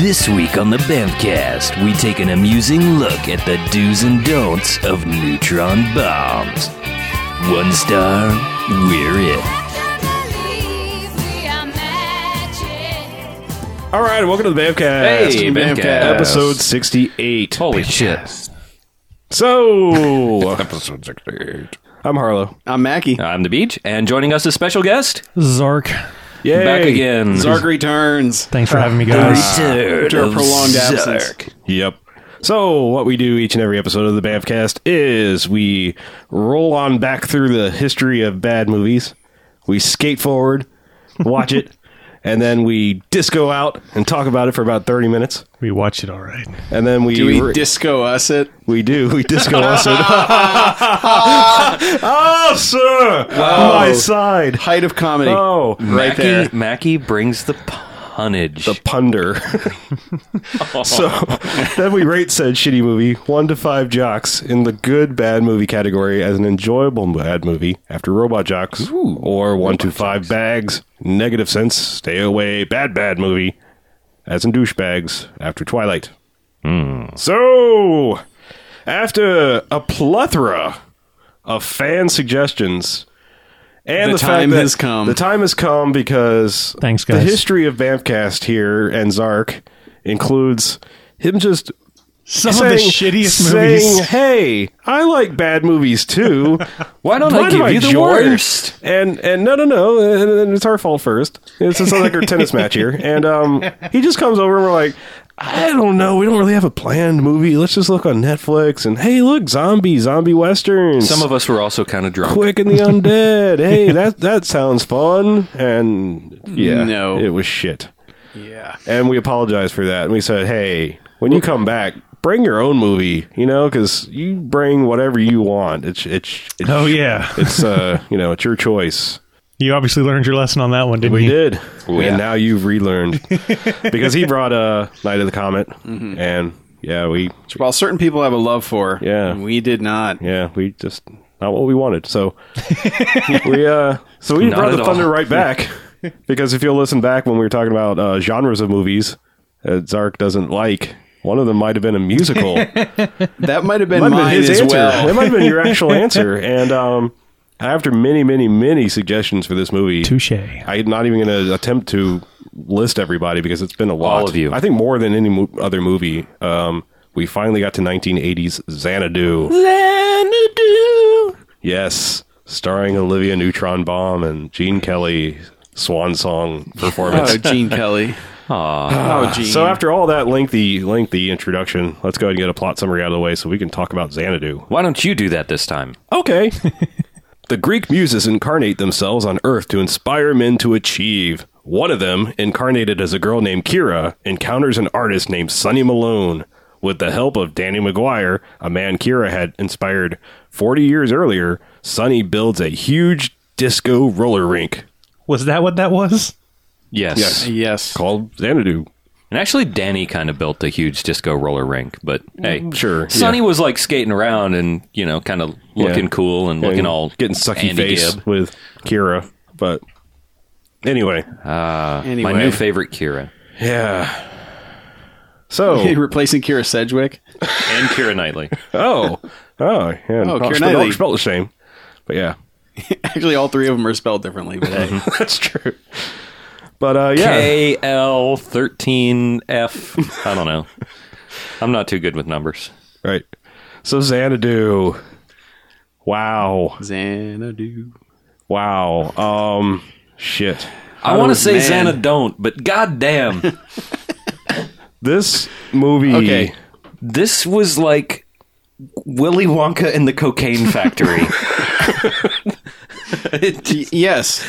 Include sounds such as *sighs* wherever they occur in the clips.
This week on the Bamcast, we take an amusing look at the do's and don'ts of neutron bombs. One star, we're in. All right, welcome to the Bamcast. Hey, Bamcast. Episode 68. Holy shit. So, I'm Harlow. I'm Mackie. Um, I'm the beach, and joining us is special guest, Zark. Yay. back again. Zark returns. Thanks for having me, The guys. return After a of prolonged absence. Zark. Yep. So, what we do each and every episode of the Bamcast is we roll on back through the history of bad movies, we skate forward, watch *laughs* it, and then we disco out and talk about it for about 30 minutes. We watch it all right. And then we Do we re- disco us it? we do we disco *laughs* us. and- *laughs* oh, sir, my side. Height of comedy. Oh, right there. Mackie, Mackie brings the punnage. the *laughs* punder. *laughs* so then we rate said shitty movie one to five jocks in the good bad movie category as an enjoyable bad movie after Robot Jocks or one to five bags negative sense stay away bad bad movie as in douchebags after Twilight. Hmm. So after a plethora of fan suggestions. And The the, fact time that has come. The time has come because Thanks, the guys. history of Vampcast here and Zark includes him just Some saying, of the shittiest saying, movies. "Hey, I like bad movies too. *laughs* Why don't I Why give do I you the join?" worst? And and no, no, no, and, and it's our fault first. It's just like our tennis match here, and um, he just comes over and we're like, I don't know, we don't really have a planned movie. Let's just look on Netflix and hey, look, zombie, zombie westerns. Some of us were also kind of drunk. Quick and the Undead. Hey, that that sounds fun. And yeah, No. it was shit. Yeah. And we apologized for that. And we said, hey, when you come back, bring your own movie. You know, because you bring whatever you want. It's it's, it's Oh, yeah. it's uh you know it's your choice. *laughs* You obviously learned your lesson on that one, didn't We you? did, Yeah. and now you've relearned because he brought uh, Night of the Comet, and yeah, we While certain people have a love for, Yeah. we did not. yeah, we just not what we wanted. So *laughs* we uh so we Not brought at the all. thunder right back because if you'll listen back when we were talking about uh, genres of movies that Zark doesn't like, one of them might have been a musical. Might That might have been have been mine his as answer. It well. might have been your actual answer. And um after many, many, many suggestions for this movie, Touche. I'm not even going to attempt to list everybody because it's been a lot. of you. I think more than any mo- other movie. Um, we finally got to 1980s Xanadu. Xanadu. Yes, starring Olivia Neutron Bomb and Gene Kelly swan song performance. Oh, *laughs* Gene Kelly. Aw. Oh, Gene. so after all that lengthy, lengthy introduction, let's go ahead and get a plot summary out of the way so we can talk about Xanadu. Why don't you do that this time? Okay. *laughs* the Greek muses incarnate themselves on Earth to inspire men to achieve. One of them, incarnated as a girl named Kira, encounters an artist named Sonny Malone. With the help of Danny McGuire, a man Kira had inspired 40 years earlier, Sonny builds a huge disco roller rink Was that what that was? Yes. Yes. yes. called Xanadu. And actually, Danny kind of built a huge disco roller rink, but hey, Sure, Sonny was like skating around and you know, kind of looking Yeah. cool and looking And all getting sucky Andy face Gibb. with Kira, but anyway, Anyway, My new favorite, Kira yeah. *laughs* So replacing Kira Sedgwick. *laughs* and Kira *laughs* Knightley. Oh, oh, yeah. Oh, Not Keira spelled, Knightley. not spelled the same, but yeah, *laughs* Actually, all three of them are spelled differently. But hey, that's true. But uh, yeah, K L thirteen F. I don't know. I'm not too good with numbers. right. So Xanadu. Wow, Xanadu. wow. Um, shit. I want to say Oh, man. Xana don't, but goddamn, This movie. Okay. this was like Willy Wonka and the Cocaine Factory. It- Y- Yes,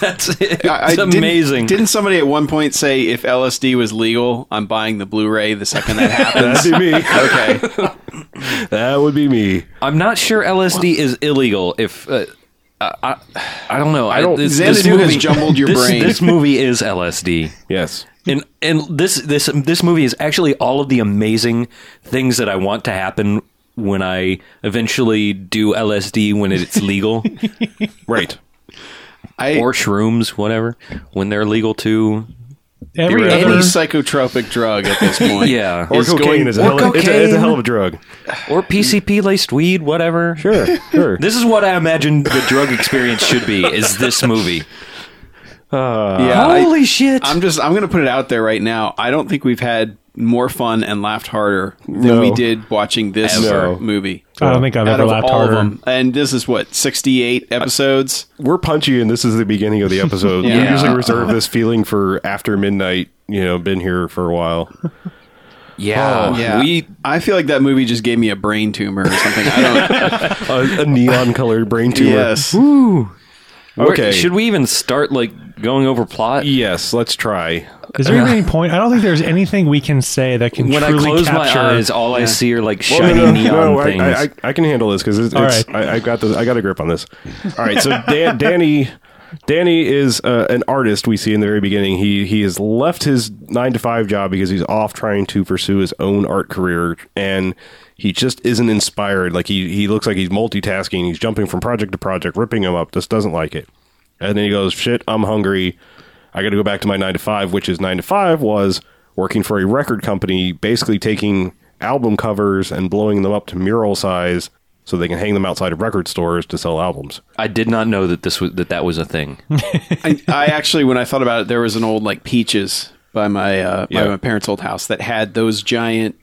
that's it's I- I didn't- amazing. Didn't, somebody at one point say if LSD was legal, I'm buying the Blu-ray the second *laughs* that happens? That'd *laughs* be me. okay. that would be me. I'm not sure LSD is illegal. If uh, I, I, I don't know. I don't- This, Xanadu has jumbled *laughs* your this- brain. This movie is LSD. Yes. And and this this this movie is actually all of the amazing things that I want to happen when I eventually do LSD when it's *laughs* legal Right. I, or shrooms, whatever, when they're legal too. Every Any other psychotropic drug at this point. Yeah. Or is cocaine going- is a or hell of, it's a, it's a cocaine. hell of a drug. or PCP laced weed, whatever. Sure, sure. This is what I imagine the drug experience should be. Is this movie? yeah I- Holy shit! I'm just I'm gonna put it out there right now. I don't think we've had more fun and laughed harder than No. Uh, we did watching this Ever. movie. I don't think I've Out ever of laughed all of harder. them, and this is what 68 episodes. We're punchy, and this is the beginning of the episode. We Yeah. usually reserve this feeling for after midnight. You know, been here for a while. yeah, we I feel like that movie just gave me a brain tumor or something. I don't. A, a neon colored brain tumor. yes, Where- Okay. should we even start like going over plot? Yes, let's try. Is there even any point? I don't think there's anything we can say that can When I truly close my capture. eyes, all I see are like shiny neon I, things. I, I, I can handle this because it's, All it's- right. I, I got this. I got a grip on this. All right, so Dan, Danny, Danny is uh, an artist. We see in the very beginning. He he has left his nine to five job because he's off trying to pursue his own art career, and he just isn't inspired. Like he he looks like he's multitasking. He's jumping from project to project, ripping him up. Just doesn't like it. And then he goes, "Shit, I'm hungry. I got to go back to my nine to five, which is nine to five was working for a record company, basically taking album covers and blowing them up to mural size so they can hang them outside of record stores to sell albums. did not know that this was that that was a thing. I, I actually when I thought about it, there was an old like peaches by my uh, Yeah. by my parents' old house that had those giant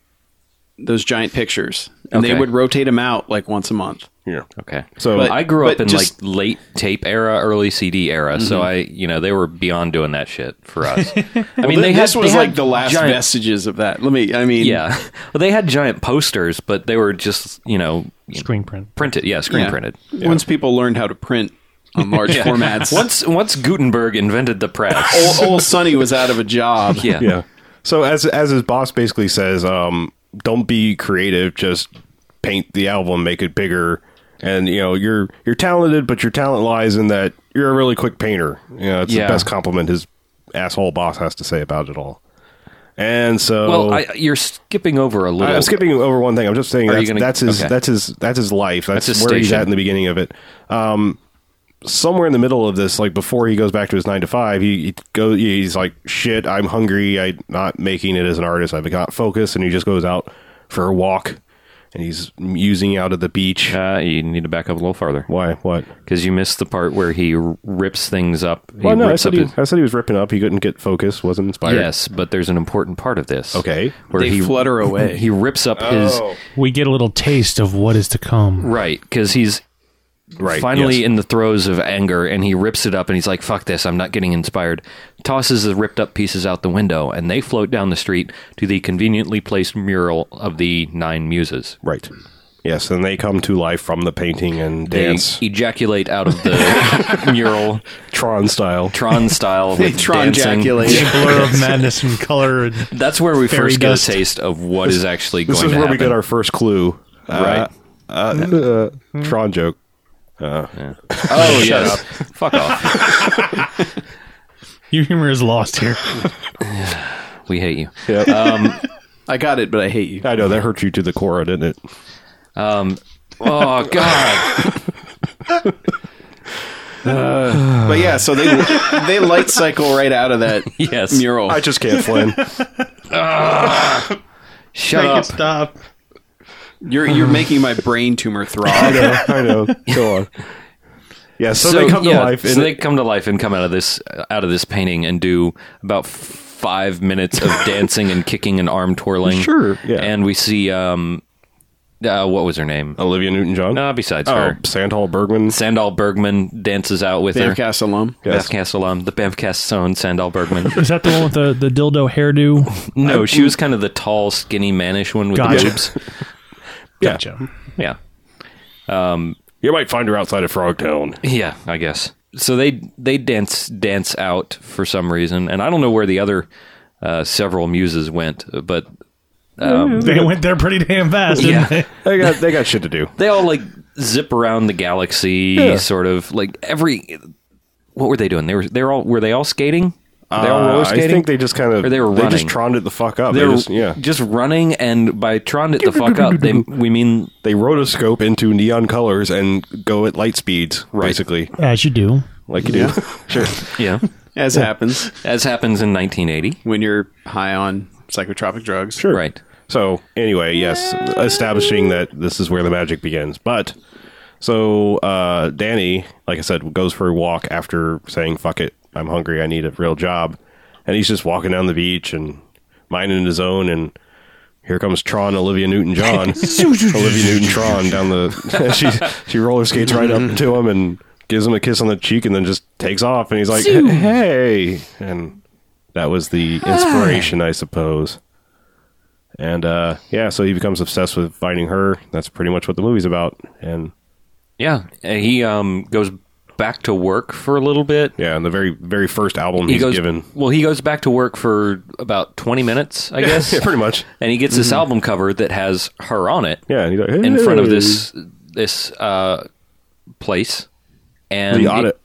those giant pictures, and they Okay. would rotate them out like once a month. Yeah. Okay, So- But- I grew up but in just- Mm-hmm. like late tape era, early CD era. So I, you know, they were beyond doing that shit for *laughs* us. I mean, they this had, was they had like the last giant, vestiges of that. Let me. I mean, *laughs* Yeah, well, they had giant posters, but they were just you know Screen print. printed. Yeah, screen Yeah. printed. Once people learned how to print *laughs* on large formats, Once once Gutenberg invented the press, old, old Sonny was out of a job. *laughs* yeah, Oh, Yeah. So as as his boss basically says, um, don't be creative, just paint the album, make it bigger. And you know, you're you're talented, but your talent lies in that you're a really quick painter. You know, it's Yeah. the best compliment his asshole boss has to say about it all. And so Well, I, you're skipping over a I- little. Oh. I'm skipping over one thing. I'm just saying Are you that's, gonna- that's his okay. that's his that's his life. That's, That's his where he's station. at in the beginning of it. Um, somewhere in the middle of this, like before he goes back to his nine to five, he, he goes. He's like, "Shit, I'm hungry. I'm not making it as an artist. I've got focus." And he just goes out for a walk, and he's musing out at the beach. Uh, you need to back up a little farther Why? What? because you missed the part where he r- rips things up. He Well, no, I rips said, he, his- I said he was ripping up. He couldn't get focus. Wasn't inspired. yes, but there's an important part of this. Okay. where They he flutter away. He rips up Oh. his We get a little taste of what is to come. right because he's Right. finally yes. in the throes of anger and he rips it up and he's like fuck this i'm not getting inspired tosses the ripped up pieces out the window and they float down the street to the conveniently placed mural of the nine muses right. Yes, and they come to life from the painting and dance, they ejaculate out of *laughs* the mural Tron style. tron style They with dancing. tronjaculate. Blur of madness and color. And that's where we Fairy first dust. get a taste of what is actually going This is to where we happen. get our first clue. Right. Mm-hmm. Uh, uh, Tron joke. oh yes fuck off your humor is lost here. we *laughs* hate you Yep. I got it, but I hate you. I know that hurt you to the core, didn't it? oh god Uh. But yeah, so they they light cycle right out of that *laughs* Yes. mural. I just can't, *laughs* Flynn. shut up stop. You're you're making my brain tumor I *laughs* throb. know. I know. Go on. Yeah. So, they come to yeah, life. So and they come to life and come out of this out of this painting and do about f- five minutes *laughs* of dancing and kicking and arm twirling. Sure, yeah. And we see um, uh, what was her name? Olivia Newton-John. No, besides oh, her, Sandhall Bergman. Sandal Bergman dances out with her. Faircast alum. Yes. Bamfcast alum, the Bamfcast own Sandal *laughs* Bergman. Is that the one with the, the dildo hairdo? No, she was kind of the tall, skinny, mannish one with Gotcha. the boobs. Gotcha. Yeah, You might find her outside of Frogtown. yeah, I guess. So they they dance dance out for some reason, and I don't know where the other uh, several muses went, but They went there pretty damn fast. Didn't yeah. They? They got they got shit to do. *laughs* they all like zip around the galaxy sort of like every what were they doing they were they were all were they all skating they all Uh, roller I skating think they just kind of Or they were just running. troned it the fuck up. They, they were just yeah. just running and by trying it the fuck *laughs* up they we mean They rotoscope into neon colors and go at light speeds, basically, As you do. like you do. sure. yeah as happens as happens in 1980. when you're high on psychotropic drugs. *laughs* Sure. Right. So anyway, yes, establishing that this is where the magic begins. But so uh, Danny, like I said, goes for a walk after saying "fuck it, I'm hungry, I need a real job," and he's just walking down the beach and minding his own, and here comes Tron Olivia Newton John, Olivia Newton Tron down the *laughs* she she roller skates right up to him and gives him a kiss on the cheek, and then just takes off, and he's like, "Hey!" and that was the inspiration, I suppose. And uh, yeah, so he becomes obsessed with finding her. That's pretty much what the movie's about. And Yeah, and he um, goes back to work for a little bit. yeah, and the very very first album He he's goes given, well. He goes back to work for about twenty minutes, I guess. *laughs* yeah, pretty much, Mm-hmm. And he gets this album cover that has her on it yeah, and he's like, in front of "Hey." this this uh, place and the it- audit.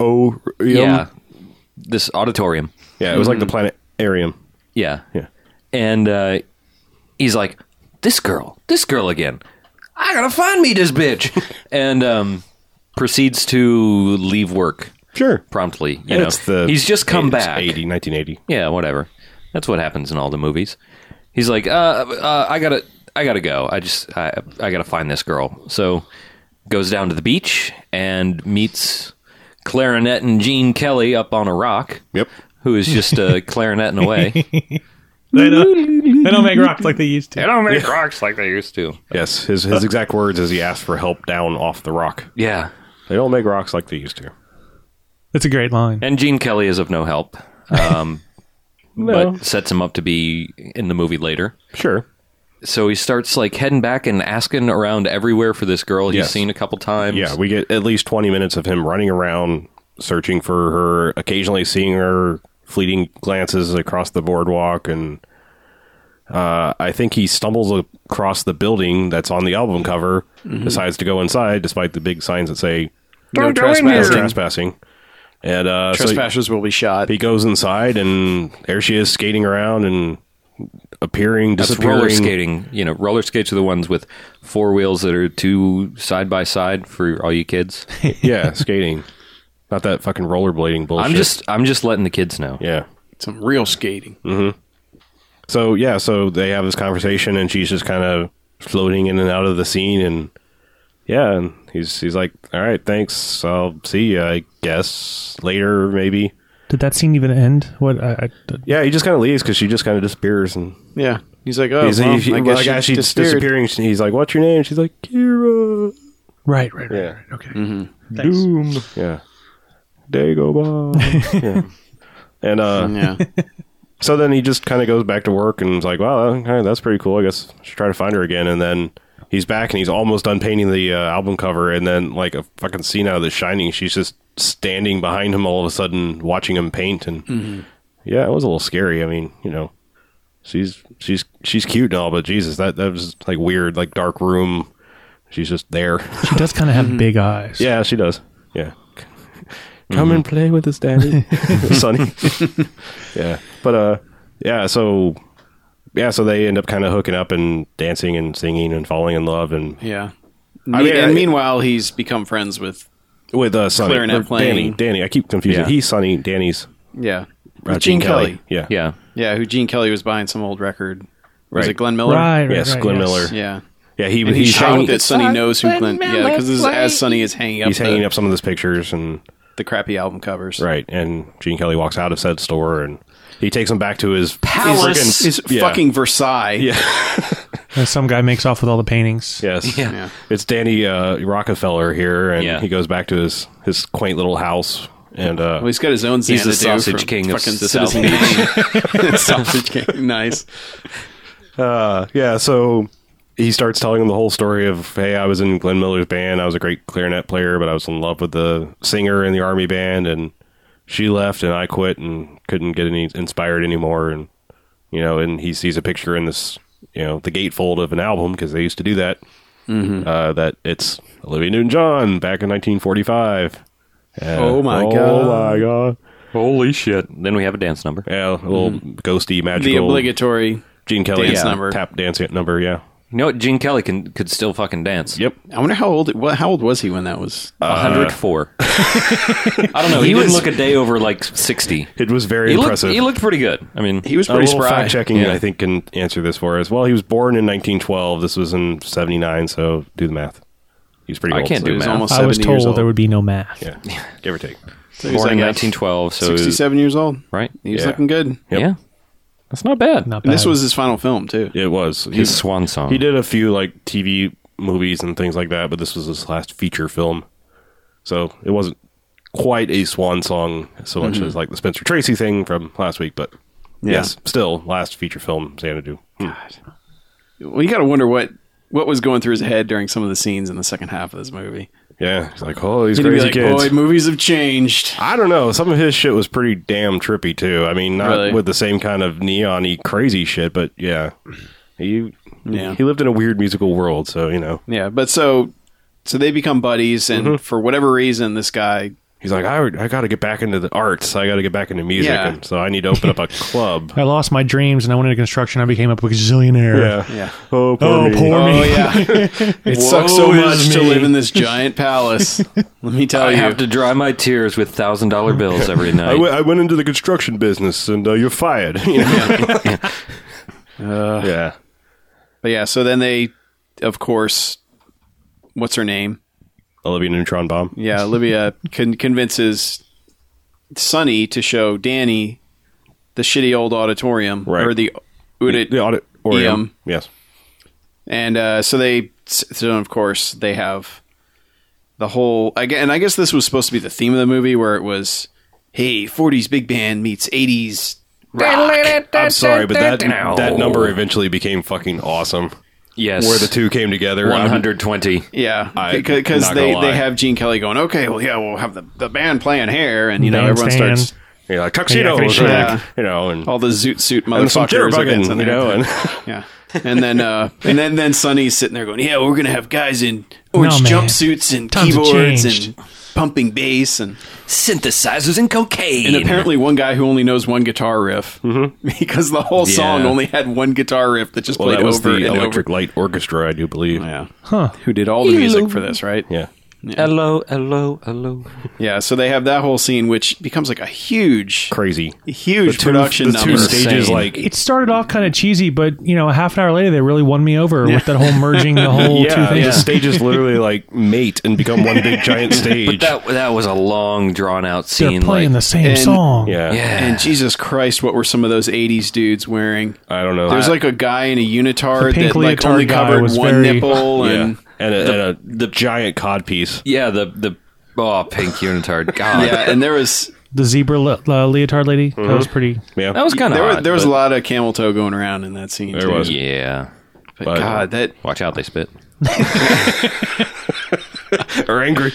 Oh, yeah, Mm-hmm. this auditorium. yeah. It was like the planetarium. Yeah. Yeah. And uh, he's like, this girl, this girl again. I gotta find me *laughs* this bitch. and um, proceeds to leave work Sure, promptly. You And know, it's the he's just come it's back. 80, 1980. Yeah, whatever. That's what happens in all the movies. He's like, uh, uh, I gotta, I gotta go. I just, I, I gotta find this girl. So goes down to the beach and meets clarinet and Gene Kelly up on a rock. Yep. Who is just *laughs* uh, clarineting away. They don't, they don't make rocks like they used to. don't make rocks like they used to. Yes, his his exact words as he asked for help down off the rock. Yeah. They don't make rocks like they used to. That's a great line. And Gene Kelly is of no help, *laughs* um, but sets him up to be in the movie later. Sure, So he starts like heading back and asking around everywhere for this girl he's Yes. seen a couple times. Yeah, we get at least 20 minutes of him running around searching for her, occasionally seeing her fleeting glances across the boardwalk and uh, I think he stumbles across the building that's on the album cover, Mm-hmm. decides to go inside despite the big signs that say No no trespassing. trespassing. And uh so Trespassers will be shot. he goes inside and there she is skating around and appearing, That's disappearing. roller skating. You know, roller skates are the ones with four wheels that are two side by side for all you kids. Yeah, skating. Not that fucking rollerblading bullshit. *laughs* I'm just, I'm just letting the kids know. yeah. Some real skating. So yeah, so they have this conversation, and she's just kind of floating in and out of the scene, and yeah, and he's he's like, "All right, thanks, I'll see you, I guess later, maybe." Did that scene even end? What? I, I, Yeah, he just kind of leaves because she just kind of disappears, and Yeah. He's like, oh, he's, well, he, I well, guess I guess she she's disappeared. disappearing. and He's like, "What's your name?" She's like, "Kira." right, right, right. Yeah. right. Okay. Thanks. Yeah, Dagobah. *laughs* yeah. And uh, Yeah. so then he just kind of goes back to work and is like, wow, okay, that's pretty cool. I guess I should try to find her again. And then he's back and he's almost done painting the uh, album cover. And then, like a fucking scene out of The Shining, she's just standing behind him all of a sudden, watching him paint. And yeah, it was a little scary. I mean, you know, she's she's she's cute and all, but Jesus, that that was like weird, like dark room. She's just there. *laughs* She does kind of have big eyes. Mm-hmm. yeah, she does. Yeah. Come and play with us, Daddy. Sonny. yeah. But uh yeah, so yeah, so they end up kind of hooking up and dancing and singing and falling in love and *laughs* Yeah. I mean, and I- meanwhile, he's become friends with with uh Sonny Clarinet or Danny. playing. Danny, I keep confusing. Yeah. He's Sonny, Danny's yeah uh, with Gene, Kelly. Yeah. Yeah. Yeah, who Gene Kelly was buying some old record. Was Right. it Glenn Miller? *laughs* Right, right, Yes, right, Glenn yes. Miller. Yeah. Yeah, he And he's, he's shocked hanging, that Sonny knows who Glenn. Yeah, because this is as Sonny is hanging up. he's hanging the, up some of his pictures and the crappy album covers. right, and Gene Kelly walks out of said store and he takes him back to his Palace. friggin- Is yeah. fucking Versailles. Yeah. And some guy makes off with all the paintings. Yes. Yeah. Yeah. It's Danny uh, Rockefeller here, and Yeah. he goes back to his, his quaint little house. And uh, Well, he's got his own. He's the Xanadu sausage from king of fucking the Citizen Kane. *laughs* sausage king. Nice. yeah, so he starts telling him the whole story of, hey, I was in Glenn Miller's band. I was a great clarinet player, but I was in love with the singer in the army band, and she left, and I quit, and couldn't get any inspired anymore. And you know, and he sees a picture in this, you know, the gatefold of an album because they used to do that. Uh, that it's Olivia Newton-John back in 1945. And- Oh my Oh God. my god! Mm-hmm. Holy shit. Then we have a dance number. Yeah, a little ghosty magical The obligatory. Gene Kelly dance number. tap dance number. Yeah, You know what? Gene Kelly can could still fucking dance. Yep. I wonder how old. Well, how old was he when that was? Uh, 104. I don't know. He, didn't look a day over like 60. It was very He looked, impressive. he looked pretty good. I mean, He was a pretty little spry. fact checking, Yeah. I think, can answer this for us. Well, he was born in 1912. This was in 79, so do the math. He was pretty I old. can't so do He was math. almost I was 70 years told old. there would be no math. Yeah, give or take. So he was born in like 1912, so it was- 67 years old. right? He was Yeah. looking good. Yep. Yeah, that's not bad. Not And bad. this was his final film too. It was. He, His swan song. he did a few like TV movies and things like that, but this was his last feature film, so it wasn't quite a swan song so much as like the Spencer Tracy thing from last week. But Yeah. yes, still last feature film Xanadu. Hmm. Well, you got to wonder what what was going through his head during some of the scenes in the second half of this movie. Yeah, he's like, oh, these He'd be crazy like, kids. "Boy, movies have changed." I don't know. Some of his shit was pretty damn trippy too. I mean, not Really? with the same kind of neon-y crazy shit, but yeah, he Yeah. he lived in a weird musical world, so you know. Yeah, but so so they become buddies, and Mm-hmm. for whatever reason, this guy. He's like, I, I got to get back into the arts. I got to get back into music, Yeah. and so I need to open up *laughs* a club. I lost my dreams and I went into construction. I became a gazillionaire. Yeah. Oh, poor Oh, me. poor me. Oh *laughs* yeah, it sucks so Woe much is to me. live in this giant palace. Let me tell I you. have to dry my tears with thousand dollar bills every night. I, w- I went into the construction business, and uh, you're fired. *laughs* You know? yeah. *laughs* But yeah, so then they, of course, what's her name? Olivia Neutron Bomb. Yeah, Olivia con- convinces Sonny to show Danny the shitty old auditorium Right. or the Udit. The audit. Orium. EM. Yes. And uh, so they, so of course, they have the whole. I gue- And I guess this was supposed to be the theme of the movie where it was, hey, 40s big band meets 80s. I'm sorry, but that that number eventually became fucking awesome. yes, Where the two came together. one I'm- hundred twenty. Yeah, I- because not they, gonna lie. they have Gene Kelly going, okay, well, yeah, we'll have the, the band playing here. And, you know, everyone Bandstand. starts. You know, like tuxedo, Yeah, or, yeah. like, you know, and, all the zoot suit and some motherfuckers are jitterbugging, dancing you there. know, and *laughs* yeah. And then uh, and then then Sonny's sitting there going, "Yeah, we're gonna have guys in orange man. jumpsuits and Times have keyboards and changed." pumping bass and *laughs* synthesizers and cocaine. and apparently one guy who only knows one guitar riff *laughs* because the whole song only had one guitar riff that just Mm-hmm. well, that played was over the and Electric over. Light Orchestra, I do believe. Yeah, who did all the music for this? Right? yeah. hello, hello, hello. Yeah. So they have that whole scene, which becomes like a huge, crazy. huge production the number. two stages, *laughs* Insane. like It started off kind of cheesy, but you know, a half an hour later, they really won me over with that whole merging the whole yeah, two the things. stages literally like mate and become one big *laughs* giant stage. That that was a long, drawn out They're scene. playing the like, same and- song. yeah, Yeah. And Jesus Christ, what were some of those '80s dudes wering? I don't know. There's I- like a guy in a unitard The pink that like leotard only guy covered was one very- nipple, *laughs* yeah. and and a, and a the giant cod piece. yeah, the the oh pink *laughs* unitard. God, yeah, and there was *laughs* The zebra le- uh, leotard lady. That was pretty. Mm-hmm. Yeah, that was kind of there, were, there was a lot of camel toe going around in that scene. There too. was. Yeah, But But- God, that watch out, they spit. or angry.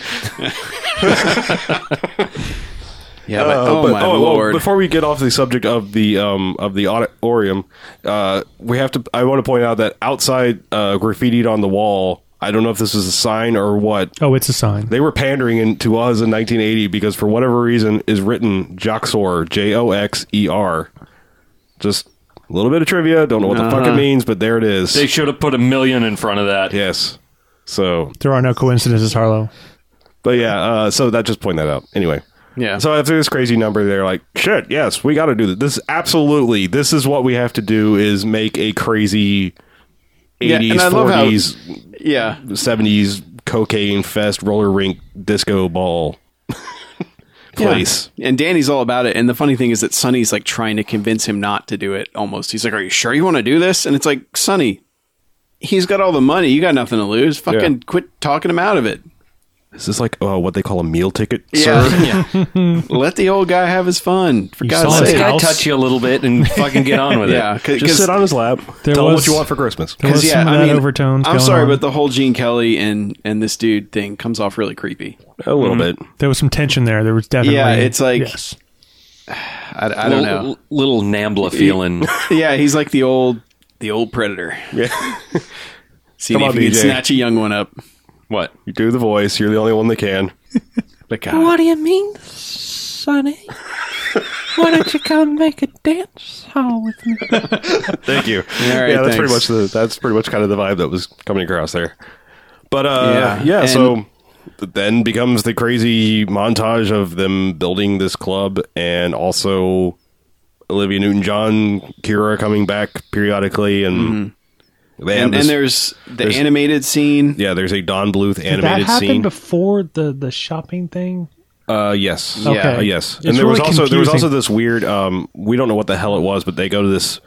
yeah. but, oh but- my oh, well, lord! before we get off the subject of the um, of the auditorium, uh, we have to. I want to point out that outside uh, graffitied on the wall. I don't know if this was a sign or what. Oh, it's a sign. They were pandering in, to us in 1980 because for whatever reason is written Joxor J O X E R. Just a little bit of trivia. Don't know what the Uh-huh. fuck it means, but there it is. They should have put a million in front of that. yes. So, There are no coincidences, Harlow. but yeah. Uh, so that just point that out. Anyway. yeah, So after this crazy number, they're like, "Shit, yes, we got to do this. This is absolutely. This is what we have to do: is make a crazy Yeah, eighties, and I love how- forties, yeah, seventies cocaine fest, roller rink, disco ball *laughs* place." Yeah. And Danny's all about it. And the funny thing is that Sonny's like trying to convince him not to do it. Almost, he's like, "Are you sure you want to do this?" And it's like, Sonny, he's got all the money. You got nothing to lose. Fucking Yeah. quit talking him out of it. Is this like uh, what they call a meal ticket, sir? Yeah. Yeah. *laughs* Let the old guy have his fun. For God's saw his sake. This guy House. touch you a little bit and fucking get on with Yeah, it. *laughs* Just sit on his lap. There Tell him what was- you want for Christmas. There was some of that overtones. I'm going sorry, on. but the whole Gene Kelly and and this dude thing comes off really creepy. A little bit. there was some tension there. There was definitely. Yeah, it's like- Yes. I, I don't know. Little, little *laughs* Nambla feeling. Yeah, he's like the old the old predator. Yeah. Seeing Come if on, he can BJ. snatch a young one up. what? You do the voice. *laughs* You're the only one that can. But God, do you mean, Sonny? Why don't you come make a dance hall with me? *laughs* Thank you. right, yeah, that's pretty much the thanks. that's pretty much kind of the vibe that was coming across there. But uh, Yeah, yeah, so and- th- then becomes the crazy montage of them building this club and also Olivia Newton-John, Kira coming back periodically, and they have Mm-hmm. And, this- and there's the there's- animated scene. yeah, there's a Don Bluth Did that animated happened scene. before the the shopping thing? uh, yes, Okay. Uh, yes, It's and there was really also there was also confusing. this weird. Um, we don't know what the hell it was, but they go to this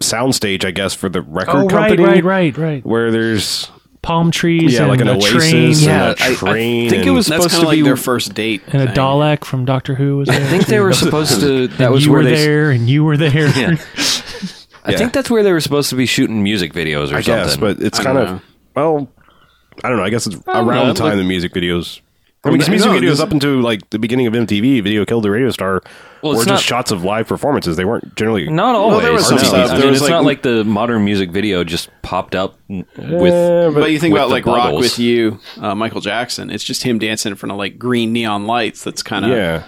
soundstage, I guess, for the record Oh, right, company, right, right, right. Where there's Palm trees, Yeah, and like an a oasis train, and yeah, a train. think it and- was That's supposed kind of to like be their first date. and a thing. Dalek from Doctor Who was there. I *laughs* think they were supposed to. That was you where were they. there, and *laughs* you were there. Yeah. *laughs* I Yeah. think that's where they were supposed to be shooting music videos or I something. guess, but it's I kind don't of know. well, I don't know. I guess it's don't around know, the time like- the music videos. I mean, 'cause no, music no, videos this- up into like the beginning of MTV, "Video Killed the Radio Star," Well, were it's just not- shots of live performances. They weren't generally Not always. there was some no. stuff. I There mean, was, it's like- not like the modern music video just popped up n- with. But you think with about the like Rock bubbles. with You, uh, Michael Jackson. It's just him dancing in front of like green neon lights. That's kind of Yeah.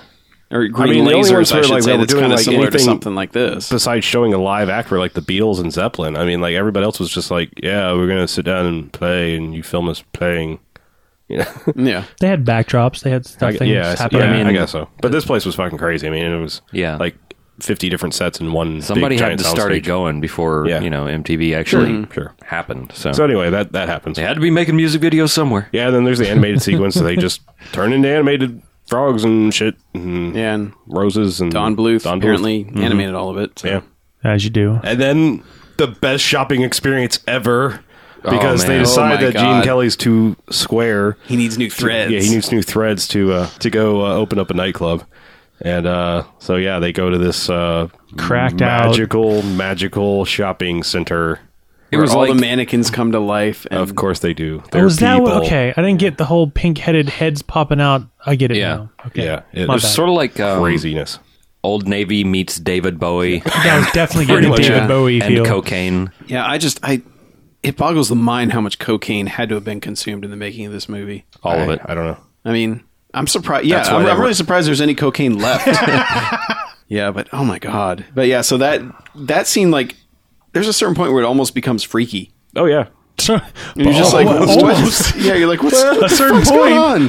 or I green mean, the only ones lasers. I where, should like, they say were that's doing, kind of like, similar to anything- something like this. Besides showing a live act for like the Beatles and Zeppelin, I mean, like everybody else was just like, "Yeah, we're gonna sit down and play," and you film us playing. *laughs* Yeah, They had backdrops. They had stuff. I, things yeah, I- happening. yeah, I mean- I guess so. But this place was fucking crazy. I mean, it was Yeah. like fifty different sets in one. Somebody big, had giant to start it soundstage. going before Yeah. you know MTV Mm-hmm. actually Sure. happened. So. So anyway, that that happens. they had to be making music videos somewhere. Yeah, and then there's the animated sequence that they just *laughs* turn into animated frogs and shit and yeah. And roses and Don Bluth apparently animated all of it. so. Yeah. as you do. And then the best shopping experience ever because man. they Oh decide my that Gene God. Kelly's too square. he needs new threads. Yeah, he needs new threads to uh, to go uh, open up a nightclub. And uh, so yeah, they go to this uh, Cracked out. magical magical shopping center. It Where was all like the mannequins come to life. And Of course they do. Oh, They're was that what- people. okay? I didn't get the whole pink-headed heads popping out. I get it Yeah. now. Okay, Yeah, My it's bad. sort of like um, craziness. Old Navy meets David Bowie that *laughs* was definitely getting a much, David yeah. Bowie *laughs* and feel. cocaine. Yeah, I just I it boggles the mind how much cocaine had to have been consumed in the making of this movie. All of I- it. I don't know. I mean, I'm surprised. Yeah, That's why I'm, they I'm were- really surprised there's any *laughs* cocaine left. *laughs* yeah, but oh my god. But yeah, so that that scene like there's a certain point where it almost becomes freaky. Oh yeah. *laughs* And you're just *laughs* like, Al- what- almost. yeah, you're like, what's, Well, what Oh, *laughs* a the certain fuck's going on?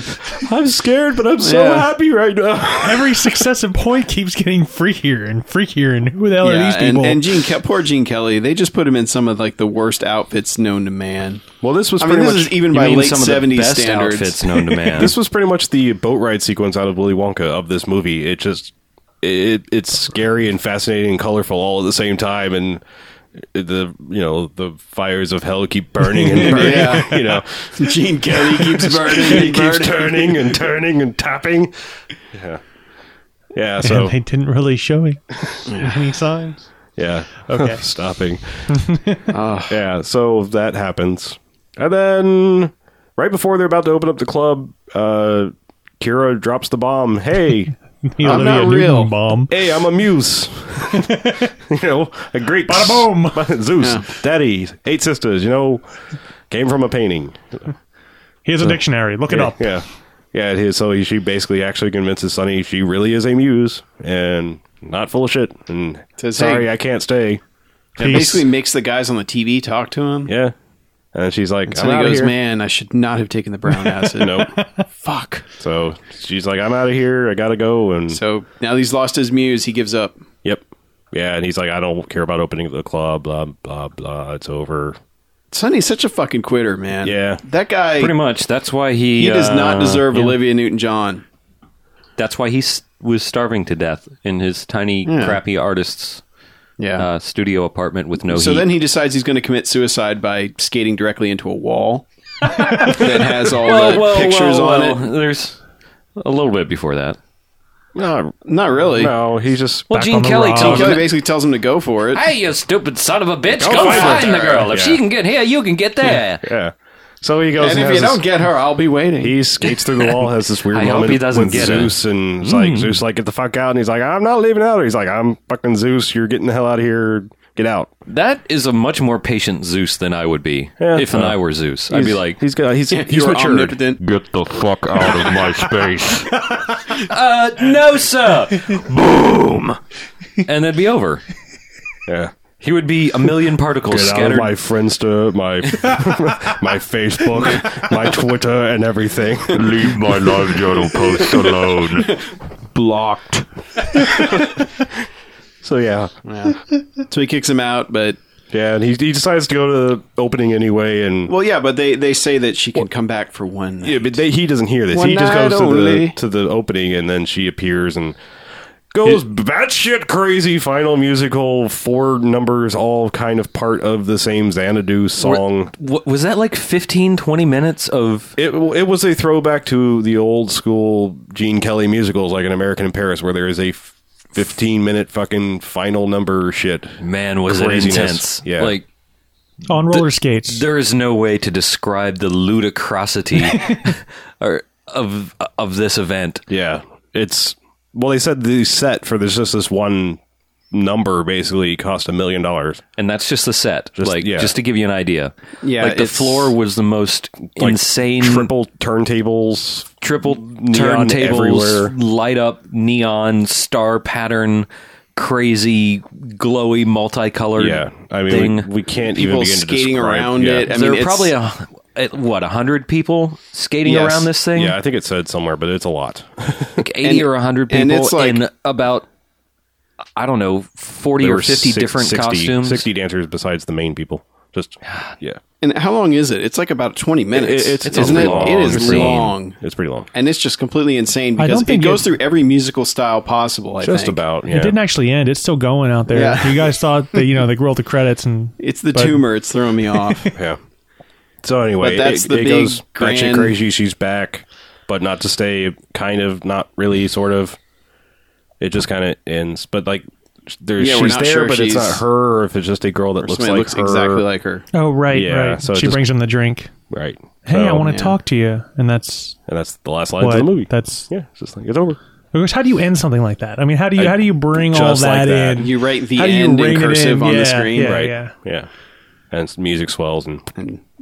I'm scared, but I'm so Yeah. happy right now. *laughs* Every successive point keeps getting freakier and freakier, and who the hell are Yeah, these and, people? *laughs* and Gene, Ke- poor Gene Kelly, they just put him in some of like the worst outfits known to man. Well, this was I mean, pretty this much is even You by mean late some of the '70s best standards. outfits known *laughs* to man. this was pretty much the boat ride sequence out of Willy Wonka of this movie. It just it it's scary and fascinating and colorful all at the same time and the you know the fires of hell keep burning and burning *laughs* Yeah. you *laughs* know Gene *laughs* Kelly keeps burning, it and keeps burning. turning and turning and tapping yeah yeah And so they didn't really show it. Any signs? Yeah. *laughs* Okay. *laughs* Stopping. yeah. So that happens, and then right before they're about to open up the club, uh, Kira drops the bomb. Hey, The I'm not Olivia real. *laughs* Newton Bomb. hey, I'm a muse. *laughs* you know, a Greek. *laughs* Bada Zeus, Daddy, eight sisters. You know, came from a painting. Here's a dictionary. Look it up. Yeah. Yeah, it is. So he- she basically actually convinces Sonny she really is a muse and not full of shit. And Says, sorry, "Hey." I can't stay. Peace. Basically, makes the guys on the TV talk to him. Yeah. And she's like, So I'm he outta goes, here. man, I should not have taken *laughs* the brown acid. Nope. *laughs* Fuck. So she's like, I'm out of here. I got to go. And So now he's lost his muse. He gives up. yep. Yeah. And he's like, I don't care about opening the club, blah, blah, blah. It's over. Sonny's such a fucking quitter, man. Yeah. That guy, pretty much. That's why he he does not uh, deserve Olivia Newton John. That's why he s- was starving to death in his tiny, crappy artist's Yeah. uh, studio apartment with no so heat. then he decides he's going to commit suicide by skating directly into a wall *laughs* that has all the pictures on it. There's a little bit before that. No, Not really. no. He's just. Well, Back Gene on the Kelly rock. Um, tells Kelly him, basically tells him to go for it. "Hey, you stupid son of a bitch, go, find find, her." the girl. If Yeah. she can get here, you can get there." yeah. So he goes and, and if has you don't this- get her, I'll be waiting. he skates through the wall, has this weird I hope moment he doesn't with get Hmm. it. Zeus, and it's like Zeus, like get the fuck out, and he's like, I'm not leaving out. He's like, I'm fucking Zeus. You're getting the hell out of here. Get out. That is a much more patient Zeus than I would be Yeah. Uh, if and I were Zeus. I'd be He's- like, he's got he's he's *laughs* You're matured. omnipotent. Get the fuck out of my *laughs* space. uh, no, sir. *laughs* Boom. And that'd be over. Yeah. He would be a million particles Get out of scattered. my Friendster, my *laughs* my Facebook, my Twitter, and everything. *laughs* Leave my live journal post alone. *laughs* Blocked. So yeah, So he kicks him out, but yeah, and he he decides to go to the opening anyway, and well, yeah, but they they say that she can come back for one. yeah, but they, he doesn't hear this. One he just night goes to only. the to the opening, and then she appears and goes batshit crazy. Final musical, four numbers, all kind of part of the same Xanadu song. Wa- was that like 15, 20 minutes of. It, it was a throwback to the old school Gene Kelly musicals, like an American in Paris, where there is a f- fifteen minute fucking final number shit. Man, was Craziness. it intense. Yeah. Like, on roller skates. there is no way to describe the ludicrosity *laughs* or, of, of this event. Yeah, it's well, they said the set for this just this one number basically cost a million dollars. and that's just the set. like yeah. just to give you an idea. Yeah, like the it's- floor was the most insane Triple turntables. triple neon turntables, everywhere. light up neon star pattern, crazy glowy multicolored. Yeah, I mean, thing. we, we can't even people begin to skating describe- around yeah. it. I there mean, were probably it's- a at what a hundred people skating Yes. around this thing, Yeah, I think it said somewhere, but it's a lot. like eighty And- or or hundred people and it's like- in about I don't know forty There or were fifty six- different 60 costumes. Sixty dancers besides the main people. Just yeah, And how long is it? It's like about twenty minutes. It- it's- it's isn't a it? long It is scene. long, it's pretty long. and it's just completely insane I because don't it think goes it- through every musical style possible. I Just think. about. It Yeah. didn't actually end. It's still going out there. Yeah. You guys thought that you know they rolled the credits and It's the But- tumor. It's throwing *laughs* me off. yeah. So anyway, But that's it, the it big goes grand- batshit crazy. She's back, but not to stay. Kind of, not really, sort of. It just kind of ends, but like there's Yeah, we're she's not there, sure if but it's not she's- her. Or if it's just a girl that looks Somebody like looks her, exactly like her. oh right, Yeah, right. so it she just- brings him the drink. right? Hey, I So- want to talk to you, and that's And that's the last line what of the movie. that's. yeah, it's just like it's over. Because how do you end something like that? I mean, how do you I- how do you bring all just like that, that. in? You write the How do you end in rein it cursive in? on the Yeah, screen. yeah. right? yeah. And s- music swells, and,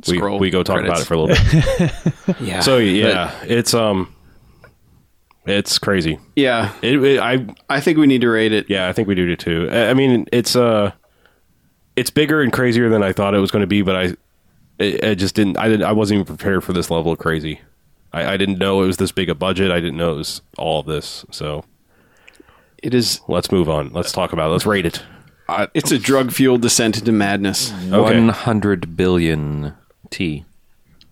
we scroll we go talk about credits. it for a little bit. Yeah. *laughs* so yeah, it's um, it's crazy. yeah, It, it I I think we need to rate it. Yeah, I think we do too. I I mean, it's uh, it's bigger and crazier than I thought it was going to be, but I, it, it just didn't. I didn't. I wasn't even prepared for this level of crazy. I, I didn't know it was this big a budget. I didn't know it was all of this. So It is. uh, let's move on. Let's talk about. It. Let's rate *laughs* it. It's a drug fueled descent into madness. Okay. One hundred billion T.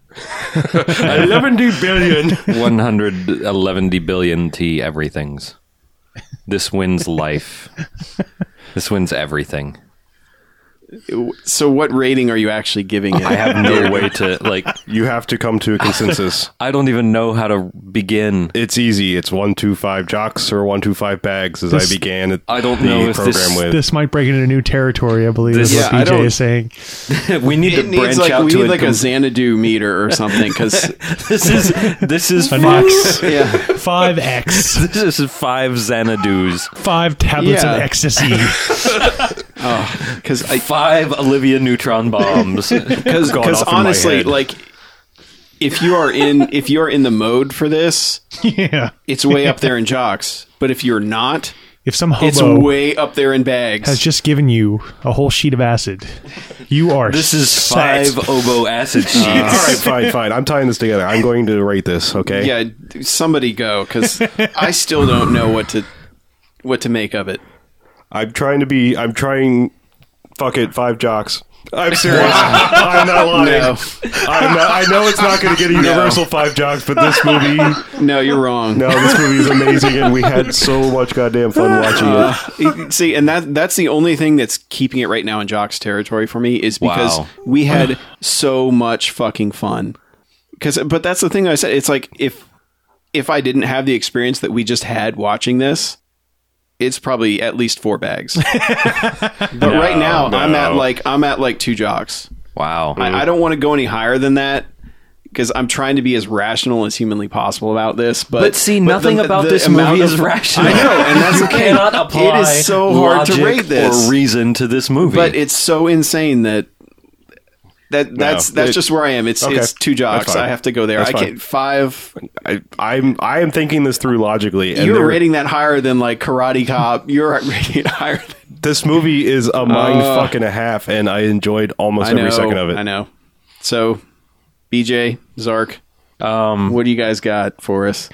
*laughs* Eleven billion. 111 billion T everythings. This wins life. This wins everything. So, what rating are you actually giving it? I have *laughs* no way to like. you have to come to a consensus. I don't even know how to begin. It's easy. It's one two five jocks or one two five bags, as This- I began. At I don't the know if program this- with. This might break into new territory, I believe. This- is Yeah, what I BJ don't- is saying. We need it to needs branch like out we to need like com- a Xanadu meter or something because *laughs* *laughs* This is this *laughs* is An five, X, yeah, five X, *laughs* this is five Xanadu's, five tablets Yeah. of ecstasy. because I five Olivia *laughs* Neutron bombs. because Gone because off in my honestly, head. like if you are in if you are in the mode for this, *laughs* yeah. it's way up there in jocks. But if you're not, If some it's hobo way up there in bags. has just given you a whole sheet of acid, you are This is set. five oboe acid sheets. All right, fine, fine. I'm tying this together. I'm going to rate this. Okay. yeah, somebody go because I still don't know what to what to make of it. I'm trying to be. I'm trying. Fuck it, five jocks. I'm serious. *laughs* I'm not lying. No. I'm not, I know it's not going to get a universal five jocks, but this *laughs* movie, No, you're wrong. no, this movie is amazing, and we had so much goddamn fun watching it. *laughs* See, and that that's the only thing that's keeping it right now in Jock's territory for me is because Wow. we had so much fucking fun. Cuz but that's the thing I said it's like if if I didn't have the experience that we just had watching this, it's probably at least 4 bags. but right now I'm at like I'm at like 2 jocks. Wow. I, I don't want to go any higher than that because I'm trying to be as rational as humanly possible about this. But But see, the- nothing the- about the this amount movie of- is rational. I know, *laughs* and that's you okay. cannot apply It is so hard to logic rate this, or reason to this movie. *laughs* but it's so insane that that that's that's It- just where I am. It's Okay. it's two That's jocks. fine. I have to go there. That's I fine. can't five. I, I'm I am thinking this through logically. And You're there- rating that higher than like Karate Cop. *laughs* You're rating it higher. Than, this movie is a mind fuck and a half, and I enjoyed almost Uh, I know. every second of it. I know. So, BJ Zark, um, what do you guys got for us?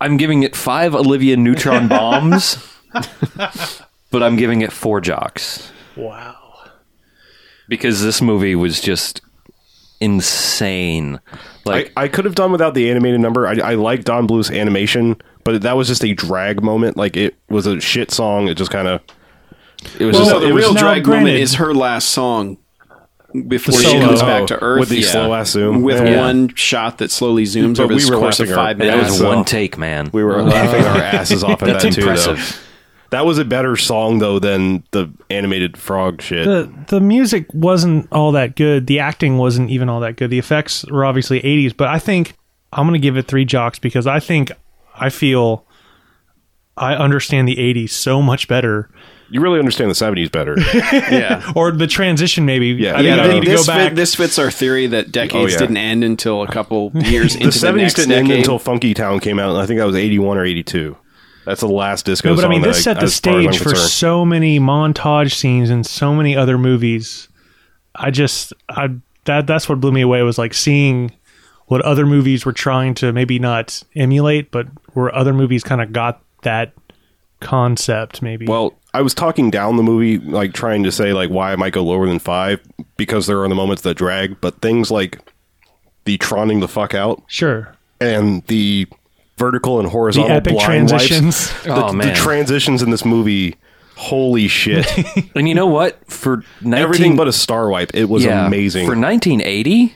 I'm giving it five *laughs* Olivia Neutron bombs, but I'm giving it four jocks Wow. because this movie was just insane. I, Like I could have done without the animated number. I, I like Don Bluth's animation, but that was just a drag moment. Like it was a shit song. It just kind of. It was Well, just So the it was real now, drag moment granted- is her last song before The she solo. comes back to Oh, Earth with the slow ass zoom. with Yeah. one shot that slowly zooms But over we the were course of laughing our- five that minutes. was one take, man. we were laughing our asses off at That's that too. Though. impressive. That was a better song though than the animated frog shit. The the music wasn't all that good. The acting wasn't even all that good. The effects were obviously 80s, but I think I'm going to give it 3 jocks because I think I feel I understand the 80s so much better you really understand the '70s better. *laughs* yeah. or the transition maybe. Yeah. *laughs* I think Yeah, I they- need to go this, back. fit, this fits our theory that decades yeah. didn't end until a couple years the into the, '70s next didn't decade. end until Funky Town came out. and I think that was '81 or '82. That's the last disco. no, but I song mean, this that set the as far as I'm stage for concerned. so many montage scenes and so many other movies. I just I that that's what blew me away was like seeing what other movies were trying to maybe not emulate, but where other movies kind of got that concept maybe. Well, I was talking down the movie, like trying to say like why I might go lower than five because there are the moments that drag, but things like the troning the fuck out sure. and the vertical and The horizontal epic blind wipes, transitions. the, oh the man! transitions in this movie, holy *laughs* shit! and you know what? For 19, Everything but a star wipe. It was yeah, amazing. for 1980.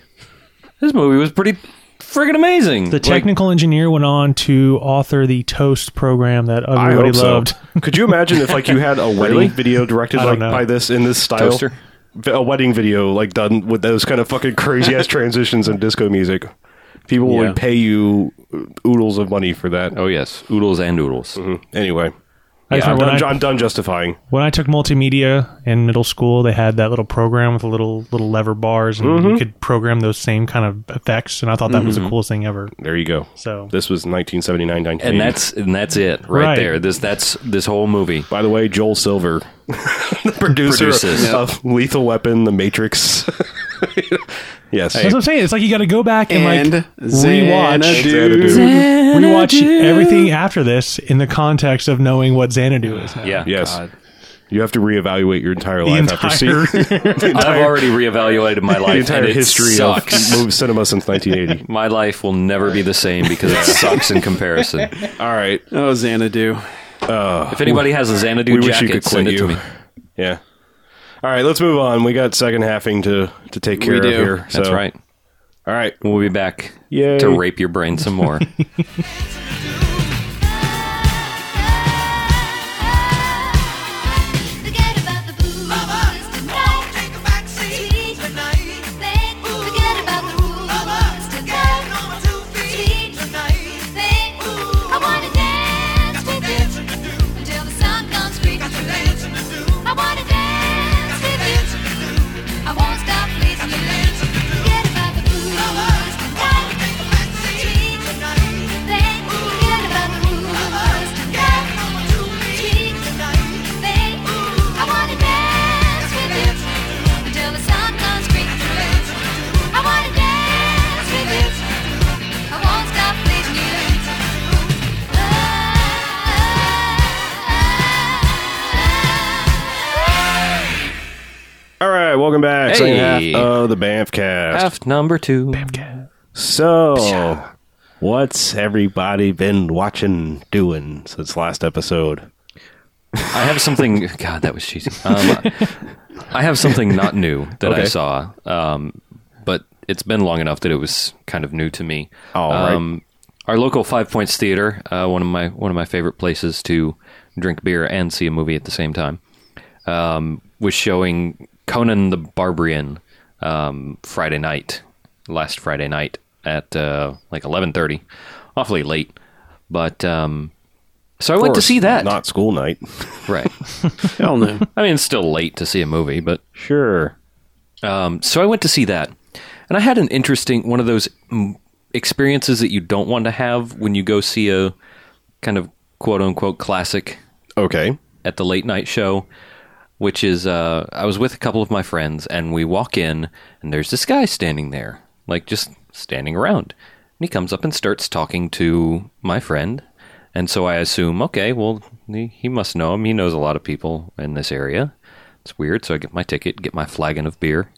This movie was pretty friggin' amazing. The technical engineer went on to author the Toast program that I everybody hope so. loved. *laughs* Could you imagine if like you *laughs* had a wedding video directed I don't like know. by this in this style? Toaster? V- A wedding video like done with those kind of fucking crazy *laughs* ass transitions and disco music. People Yeah. would pay you uh, oodles of money for that. oh yes, oodles and oodles. Mm-hmm. Anyway, I just Yeah, I'm remember when done, I- I'm done justifying. when I took multimedia in middle school, they had that little program with the little little lever bars, and you could program those same kind of effects. And I thought that was the coolest thing ever. There you go. So This was 1979, 1980. And that's and that's it right, Right. there. This that's this whole movie. by the way, Joel Silver, the producer Produces. of Lethal Weapon, The Matrix. *laughs* yes. that's what I'm saying. It's like you got to go back and, and like rewatch Xanadu. rewatch everything after this in the context of knowing what Xanadu is. Now. Yeah. Yes. You have to reevaluate your entire life after seeing entire- *laughs* *laughs* the I've entire- already reevaluated my *laughs* life. the entire and it history *laughs* sucks. of move cinema since *laughs* 1980. My life will never be the same because it sucks *laughs* in comparison. All right, Oh, Xanadu. If anybody has a Xanadu we wish you jacket, could send quit it to you. me. Yeah. All right, let's move on. We got second halving to to take care We of do. here. That's so- right. All right. We'll be back Yay. to rape your brain *laughs* some more. Forget about the booze. Mama, It's tonight. take a back seat tonight. Babe, forget about the rules. Mama, It's getting tonight. on my two feet tonight. Babe, I wanna dance with you Dancing to do, until the sun comes creeping got you through. dancing to do, I wanna dance with you. dancing to do. I won't stop pleasing you. Forget about the booze. It's tonight. Take a back seat tonight. Babe, forget about the rules. It's tonight. Getting on my two feet tonight. Babe, I wanna dance with you until the sun comes creeping through. I wanna dance with you. I won't stop pleasing you. All right, welcome back. Second half Hey. of the Banffcast. Half number two. So, what's everybody been watching, doing since last episode? I have something. God, that was cheesy. *laughs* Um, I have something not new that I Okay. saw, um, but it's been long enough that it was kind of new to me. Um, All right. Our local Five Points Theater, uh, one of my one of my favorite places to drink beer and see a movie at the same time, um, was showing Conan the Barbarian um, Friday night, last Friday night, at uh, like eleven thirty, awfully late. But um, so I went to course, see that. Not school night. right. Hell no. I mean, it's still late to see a movie, but Sure. Um, so I went to see that, and I had an interesting one of those mm, experiences that you don't want to have when you go see a kind of quote unquote classic Okay. at the late night show, which is uh, I was with a couple of my friends, and we walk in, and there's this guy standing there, like just standing around, and he comes up and starts talking to my friend, and so I assume, okay, well he, he must know him, he knows a lot of people in this area. It's weird, so I get my ticket, get my flagon of beer,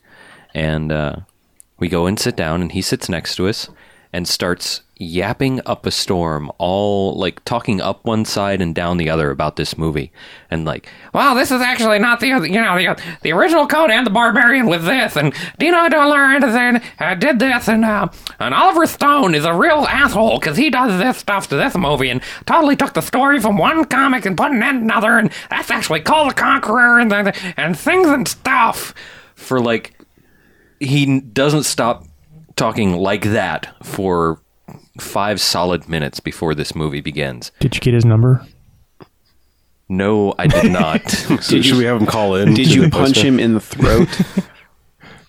and uh, we go and sit down, and he sits next to us and starts yapping up a storm, all like talking up one side and down the other about this movie, and like, Well, this is actually not the other, you know, the, the original Conan the Barbarian with this, and Dino De Laurentiis uh, did this, and uh, and Oliver Stone is a real asshole because he does this stuff to this movie and totally took the story from one comic and put it in another, and that's actually called the Conqueror and the, and things and stuff. for like he n- doesn't stop talking like that for five solid minutes before this movie begins. Did you get his number? No, *laughs* I did not. So should we have him call in? Did Should *laughs* you we post punch him in the throat?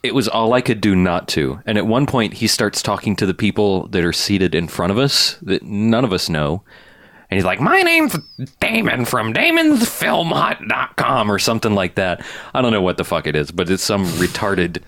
it was all I could do not to. And at one point, he starts talking to the people that are seated in front of us that none of us know. And he's like, My name's Damon from Damon'sFilmHut.com. "Mom," or something like that. I don't know what the fuck it is, but it's some retarded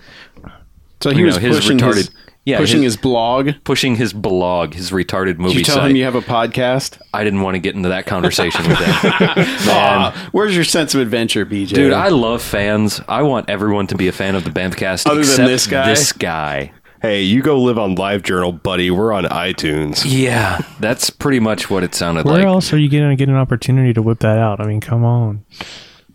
So he You was know, his pushing his, retarded- yeah, pushing his, his- blog. pushing his blog, his retarded movie Did you tell site. him you have a podcast? I didn't want to get into that conversation *laughs* with him. Ah, where's your sense of adventure, BJ? Uh, Dude, I love fans. I want everyone to be a fan of the Bamfcast Other than except this guy? This guy. Hey, you go live on LiveJournal, buddy. We're on iTunes. Yeah, that's pretty much what it sounded Where like. else are you going to get an opportunity to whip that out? I mean, come on.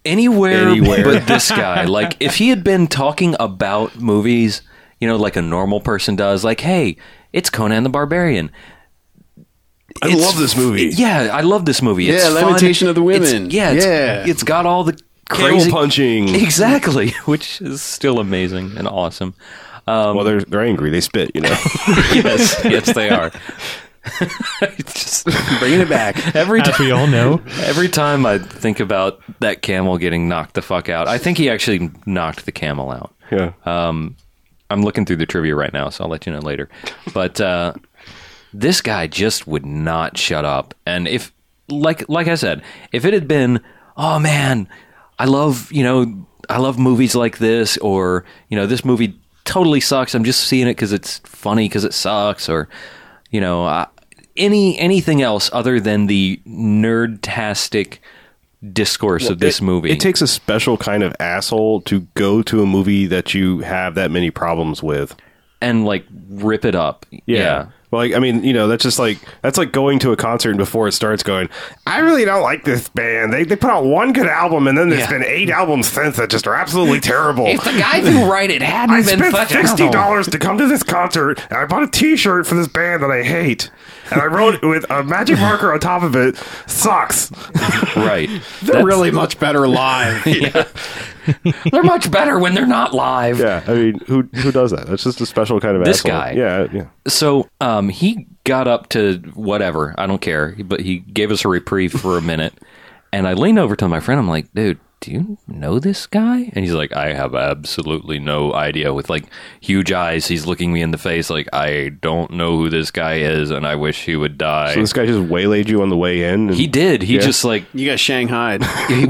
Anywhere, Anywhere. but this guy. Like, if he had been talking about movies, you know, like a normal person does, like, hey, it's Conan the Barbarian. I It's- love this movie. Yeah, I love this movie. Yeah, It's fun. Lamentation of the It's- Women. yeah, it's, Yeah. it's got all the Camel crazy punching. Exactly, *laughs* which is still amazing and awesome. Well, they're they're angry. They spit. You know. yes, yes, they are. *laughs* It's just bringing *laughs* it back every As time. we all know, Every time I think about that camel getting knocked the fuck out, I think he actually knocked the camel out. yeah. I'm looking through the trivia right now, so I'll let you know later. But uh, this guy just would not shut up. And if, like, like I said, if it had been, oh man, I love you know, I love movies like this, or you know, this movie totally sucks. I'm just seeing it because it's funny because it sucks, or you know, I, any anything else other than the nerd-tastic discourse of this It- movie. It takes a special kind of asshole to go to a movie that you have that many problems with. and like rip it up. Well, Like I mean, you know, that's just like that's like going to a concert and before it starts going, I really don't like this band. They they put out one good album and then there's Yeah. been eight albums since that just are absolutely terrible. If the *laughs* guys who write it hadn't I been Oh, spent such sixty assholes. dollars to come to this concert, and I bought a T-shirt for this band that I hate, and I wrote with a *laughs* magic marker on top of it. Sucks. right. They're really much better live. *laughs* They're much better when they're not live. Yeah, I mean, who who does that? That's just a special kind of This asshole. guy. Yeah, yeah. So um, he got up to whatever I don't care, but he gave us a reprieve for a minute. *laughs* And I lean over to my friend. I'm like, dude, do you know this guy? And he's like, I have absolutely no idea. With like huge eyes, he's looking me in the face. Like, I don't know who this guy is, and I wish he would die. So this guy just waylaid you on the way in. And he did. He Yeah. just like you got shanghaied.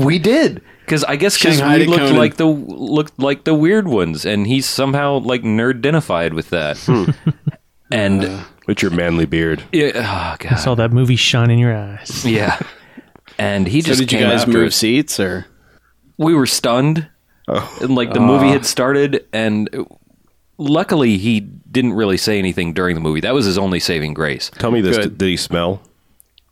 we did because I guess because Shanghai we to looked Conan. like the looked like the weird ones, and he's somehow like nerd identified with Hmm. that. and with your manly beard. yeah, oh god, saw that movie shine in your eyes. yeah. And he so just did you came guys after move us. seats or? We were stunned, Oh. and like the movie Ah. had started, and luckily he didn't really say anything during the movie. That was his only saving grace. Tell me this: Good. Did he smell?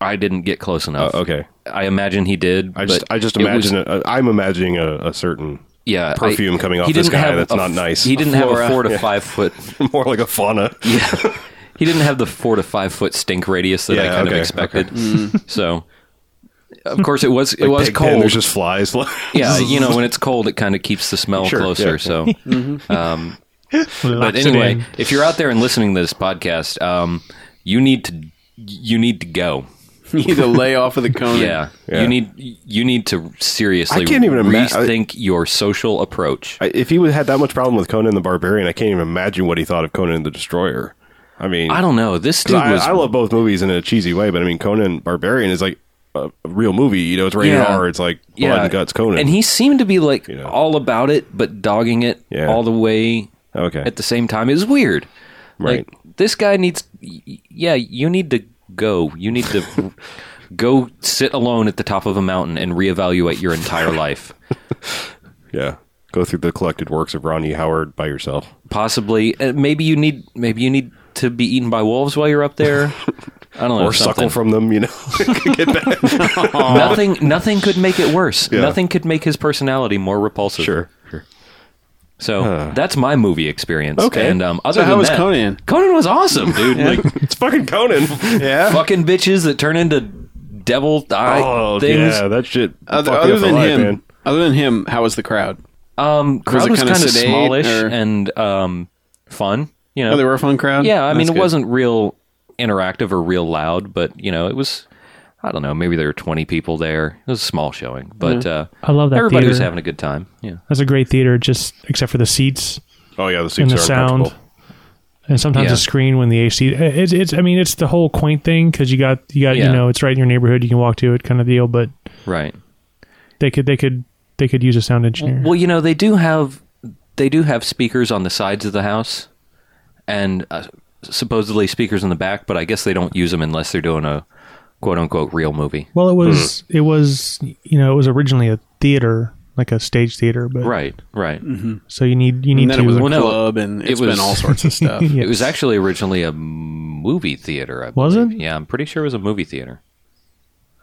I didn't get close enough. Oh, okay. I imagine he did. I just, but I just it was- imagine. i a, I'm imagining a, a certain *laughs* yeah, I- perfume coming off he this didn't guy have that's a not f- nice. *laughs* He didn't have Flora. a four to Yeah. five foot more like a fauna. Yeah. he didn't have the four to five foot stink radius that I Yeah, kind okay, of expected. So, of course, it was it was Pig pen, cold. There's just flies. *laughs* yeah, you know, when it's cold, it kind of keeps the *laughs* smell Sure, closer. yeah. So, um, but Locks it anyway, in. if you're out there and listening to this podcast, um, you need to you need to go. You need to lay off of the cone. Yeah, Mm. Yeah. you need you need to seriously I can't even ima- rethink your social approach. I, if he would- had that much problem with Conan the Barbarian, I can't even imagine what he thought of Conan the Destroyer. I mean, I don't know. This dude I, was I love both movies in a cheesy way, but I mean, Conan Barbarian is like a, a real movie. You know, it's rated Yeah. R. It's like blood and guts. Conan. and he seemed to be like know. all about it, but dogging it Yeah. all the way okay. at the same time. It was weird. Like this guy needs. y- y- Yeah, you need to go. You need *laughs* to go sit alone at the top of a mountain and reevaluate your entire life. yeah. Go through the collected works of Ronnie Howard by yourself. Possibly, uh, maybe you need. Maybe you need to be eaten by wolves while you're up there. I don't know. or suckle something. *laughs* from them, you know. *laughs* Get back. nothing. Nothing could make it worse. Yeah. Nothing could make his personality more repulsive. sure. So that's my movie experience. Okay. And um, other So how than was that- Conan? Conan was awesome, dude. Like It's fucking Conan. Yeah. fucking bitches that turn into devil eye Oh, things. yeah, that shit. Other, fucked me other up for than life, him, man. other than him, how was the crowd? Um, crowd it was, kinda kind of sedate, smallish or- and um, fun. You know, Oh, they were a fun crowd. yeah. I mean, That's it good. wasn't real interactive or real loud, but you know, it was. I don't know. Maybe there were twenty people there. It was a small showing, but uh, I love that Everybody was theater. having a good time. Yeah, That's a great theater, just except for the seats Oh yeah, the and seats the are sound, uncomfortable. and sometimes Yeah. the screen when the AC. It's, it's I mean, it's the whole quaint thing because you got you got Yeah. you know it's right in your neighborhood, you can walk to it, kind of deal. But right. they could they could they could use a sound engineer. Well, you know, they do have they do have speakers on the sides of the house, and uh, supposedly speakers in the back. But I guess they don't use them unless they're doing a quote unquote real movie. Well, it was Mm. it was you know it was originally a theater like a stage theater, *laughs* but Right, right. So you need you need And then to it was a Well, no, club, and it it's was- been all sorts of *laughs* stuff. Yeah. It was actually originally a movie theater. I Was believe. it? Yeah, I'm pretty sure it was a movie theater.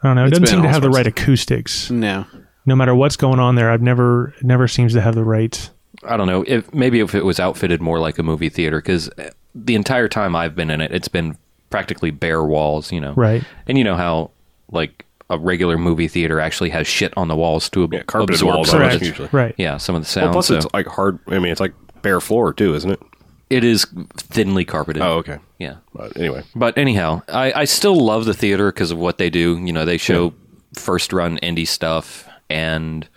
I don't know. It It's doesn't been seem to all have the sorts right of- acoustics. No, No matter what's going on there, I've never it never seems to have the right. I don't know if maybe if it was outfitted more like a movie theater because the entire time I've been in it, it's been practically bare walls. You know, Right. And you know how like a regular movie theater actually has shit on the walls to ab- Yeah, carpeted absorb walls, some of Correct. the- usually. Right. yeah some of the sound. Well, plus so it's like hard. I mean, it's like bare floor too, isn't it? it is thinly carpeted. Oh, okay. yeah. But anyway, But anyhow, I, I still love the theater because of what they do. You know, they show first run indie stuff and,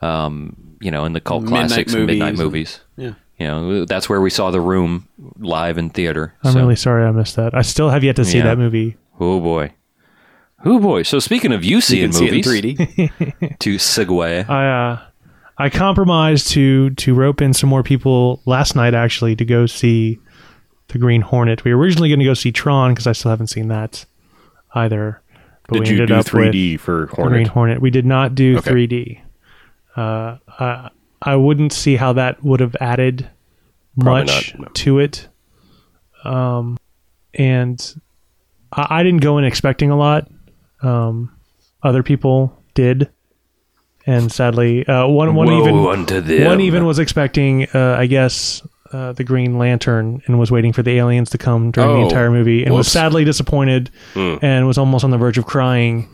um, you know, in the cult Midnight classics and midnight movies movies. yeah. You know, that's where we saw The Room live in theater. I'm So- really sorry I missed that. I still have yet to see Yeah. that movie. Oh, boy. Oh, boy. So speaking of you you seeing can see it in movies, 3D. to segue. I uh, I compromised to to rope in some more people last night actually to go see the Green Hornet. We were originally going to go see Tron because I still haven't seen that either. But did you do 3D for with the Green Hornet? Hornet? We did not do Okay. 3D. Uh, I I wouldn't see how that would have added Probably much not, no. to it. Um, and I, I didn't go in expecting a lot. Um, other people did, and sadly, uh, one one Woe even unto them. one even was expecting, uh, I guess, uh, the Green Lantern, and was waiting for the aliens to come during the Oh, entire movie, and was whoops. Hmm. sadly disappointed, and was almost on the verge of crying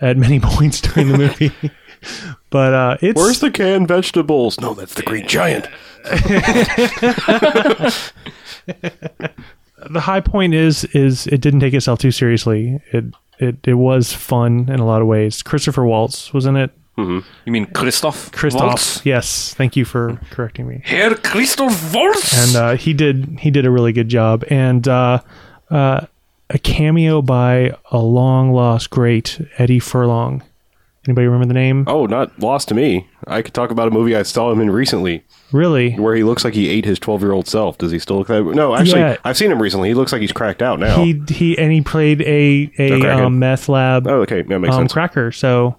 at many *laughs* points during the movie. but uh, it's Where's the canned vegetables? No, that's the Green Giant. the high point is is it didn't take itself too seriously. It it it was fun in a lot of ways. Christopher Waltz was in it. You mean Christoph? Christoph, Waltz? yes, thank you Hmm. for correcting me. Herr Christoph Waltz? And uh, he did he did a really good job. And uh, uh, a cameo by a long lost great Eddie Furlong. Anybody remember the name? Oh, not lost to me. I could talk about a movie I saw him in recently Really? where he looks like he ate his 12 year old self. Does he still look that? No, actually, Yeah. I've seen him recently. He looks like he's cracked out now. He he and he played a a Okay, good. um, meth lab oh, okay. That makes um, sense. cracker. So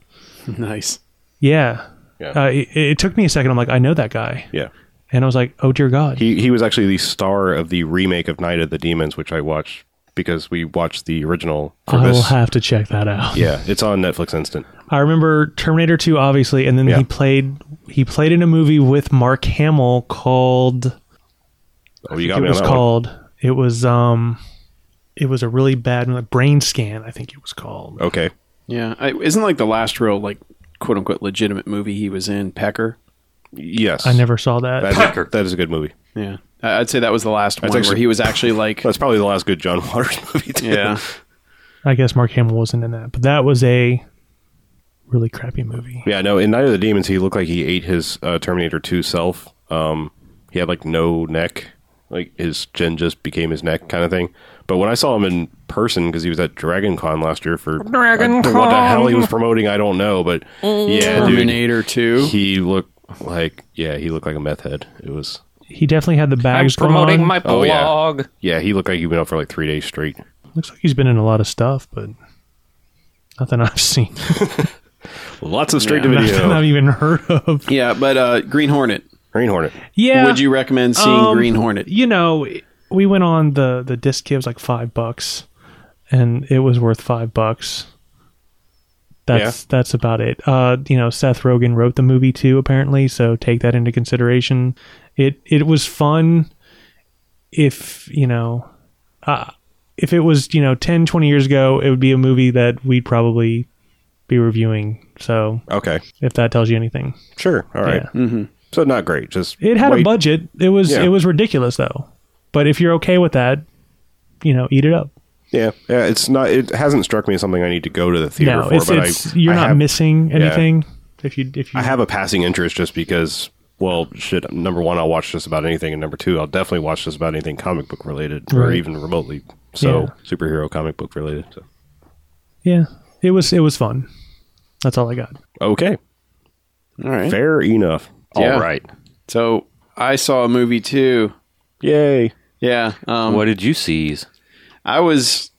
nice. yeah. Yeah. Uh, it, it took me a second. I'm like, I know that guy. yeah. And I was like, oh dear God. He, he was actually the star of the remake of Night of the Demons, which I watched because we watched the original. for I will this. have to check that out. yeah, it's on Netflix Instant. I remember Terminator 2 obviously and then Yeah. he played he played in a movie with Mark Hamill called Oh, you got it me on was that called it was um it was a really bad like, brain scan I think it was called. one. Okay. Yeah, I, isn't like the last real like quote unquote legitimate movie he was in Pecker? Yes. I never saw that. That is, Pecker. that is a good movie. Yeah, I- I'd say that was the last one where actually- he was actually like, That's probably the last good John Waters *laughs* movie. Too. yeah, I guess Mark Hamill wasn't in that, but that was a really crappy movie. yeah. No, in Night of the Demons, he looked like he ate his uh, Terminator Two self. Um, he had like no neck, like his chin just became his neck kind of thing. But when I saw him in person, because he was at Dragon Con last year for Dragon I don't know what the Con. hell he was promoting, I don't know. But yeah, dude, Terminator Two. he looked like yeah, he looked like a meth head. It was He definitely had the I'm bags going promoting on. my Oh, yeah. blog. yeah, he looked like he'd been up for like three days straight. Looks like he's been in a lot of stuff, but nothing *laughs* I've seen, Lots of straight to *laughs* *laughs* nothing I've video. even heard of. Yeah, but uh, Green Hornet. Green Hornet. Yeah, Would you recommend seeing Um, Green Hornet? you know, we went on the the disc kit, it was like five bucks, and it was worth five bucks. That's that's about it. Uh, you know, Seth Rogen wrote the movie too, apparently, so take that into consideration. It it was fun. If you know, uh, if it was you know 10, 20 years ago, it would be a movie that we'd probably be reviewing. So Okay, if that tells you anything, sure, all right. Yeah. So not great. Just It had a wait. budget. It was Yeah. it was ridiculous though. But if you're okay with that, you know, eat it up. Yeah, yeah. It's not. It hasn't struck me as something I need to go to the theater No, for. it's, but it's I, you're I not have, missing yeah. anything. If you if you I have a passing interest just because. Well, shit. Number one, I'll watch just about anything, and number two, I'll definitely watch just about anything comic book related, or Right. even remotely so Yeah. superhero comic book related. So. yeah, it was it was fun. That's all I got. Okay, All right. fair enough. Yeah. All right. So I saw a movie too. Yay. Yeah. Um, What did you seize? I was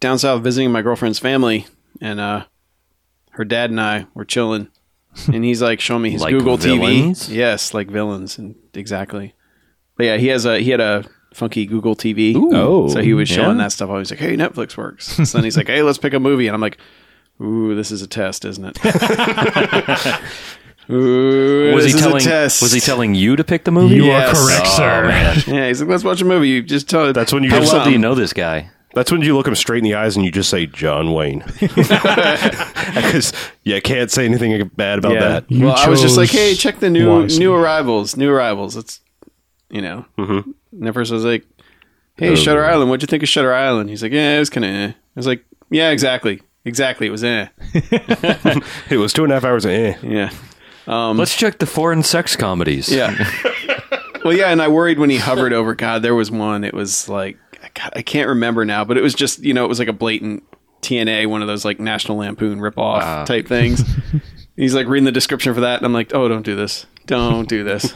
down south visiting my girlfriend's family, and uh, her dad and I were chilling, and he's like showing me his *laughs* Like Google villains? TV. Yes, like villains, and exactly. But yeah, he has a he had a funky Google TV. Oh. so he was showing yeah. that stuff. I was like, "Hey, Netflix works." *laughs* so then he's like, "Hey, let's pick a movie," and I'm like, "Ooh, this is a test, isn't it?" *laughs* Ooh, Was this he is a telling? test. Was he telling you to pick the movie? You Yes. are correct, Oh, sir. man. *laughs* Yeah, he's like, "Let's watch a movie." You just tell. That's when you tell How well do something. you know this guy? That's when you look him straight in the eyes and you just say John *laughs* Wayne, *laughs* because you can't say anything bad about that. You well, I was just like, chose hey, check the new wisely. new arrivals, new arrivals. It's you know, Mm-hmm. Neverse was like, hey, Shutter Island, what'd you think of Shutter Island? He's like, yeah, it was kind of. Eh. I was like, yeah, exactly, exactly. It was eh, It was two and a half hours. Of, eh. yeah, Um, Let's check the foreign sex comedies. *laughs* yeah. *laughs* well, yeah, and I worried when he hovered over. God, there was one. It was like I ca- I can't remember now, but it was just you know, it was like a blatant TNA, one of those like National Lampoon ripoff off type *laughs* things. He's like reading the description for that, and I'm like, oh, don't do this, don't do this.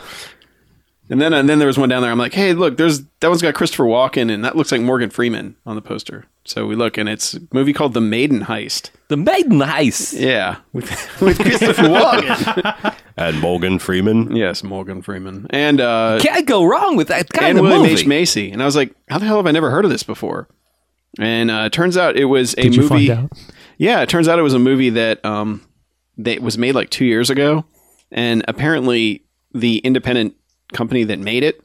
And then and then there was one down there. I'm like, hey, look, there's that one's got Christopher Walken, and that looks like Morgan Freeman on the poster. So we look, and it's a movie called The Maiden Heist. The Maiden Heist. Yeah, *laughs* with, with Christopher Walken. And Morgan Freeman. yes, Morgan Freeman, and uh, Can't go wrong with that kind and of William movie. H Macy, and I was like, "How the hell have I never heard of this before?" And uh, it turns out it was a Did you movie. find out? Yeah, it turns out it was a movie that um that was made like two years ago, and apparently the independent company that made it,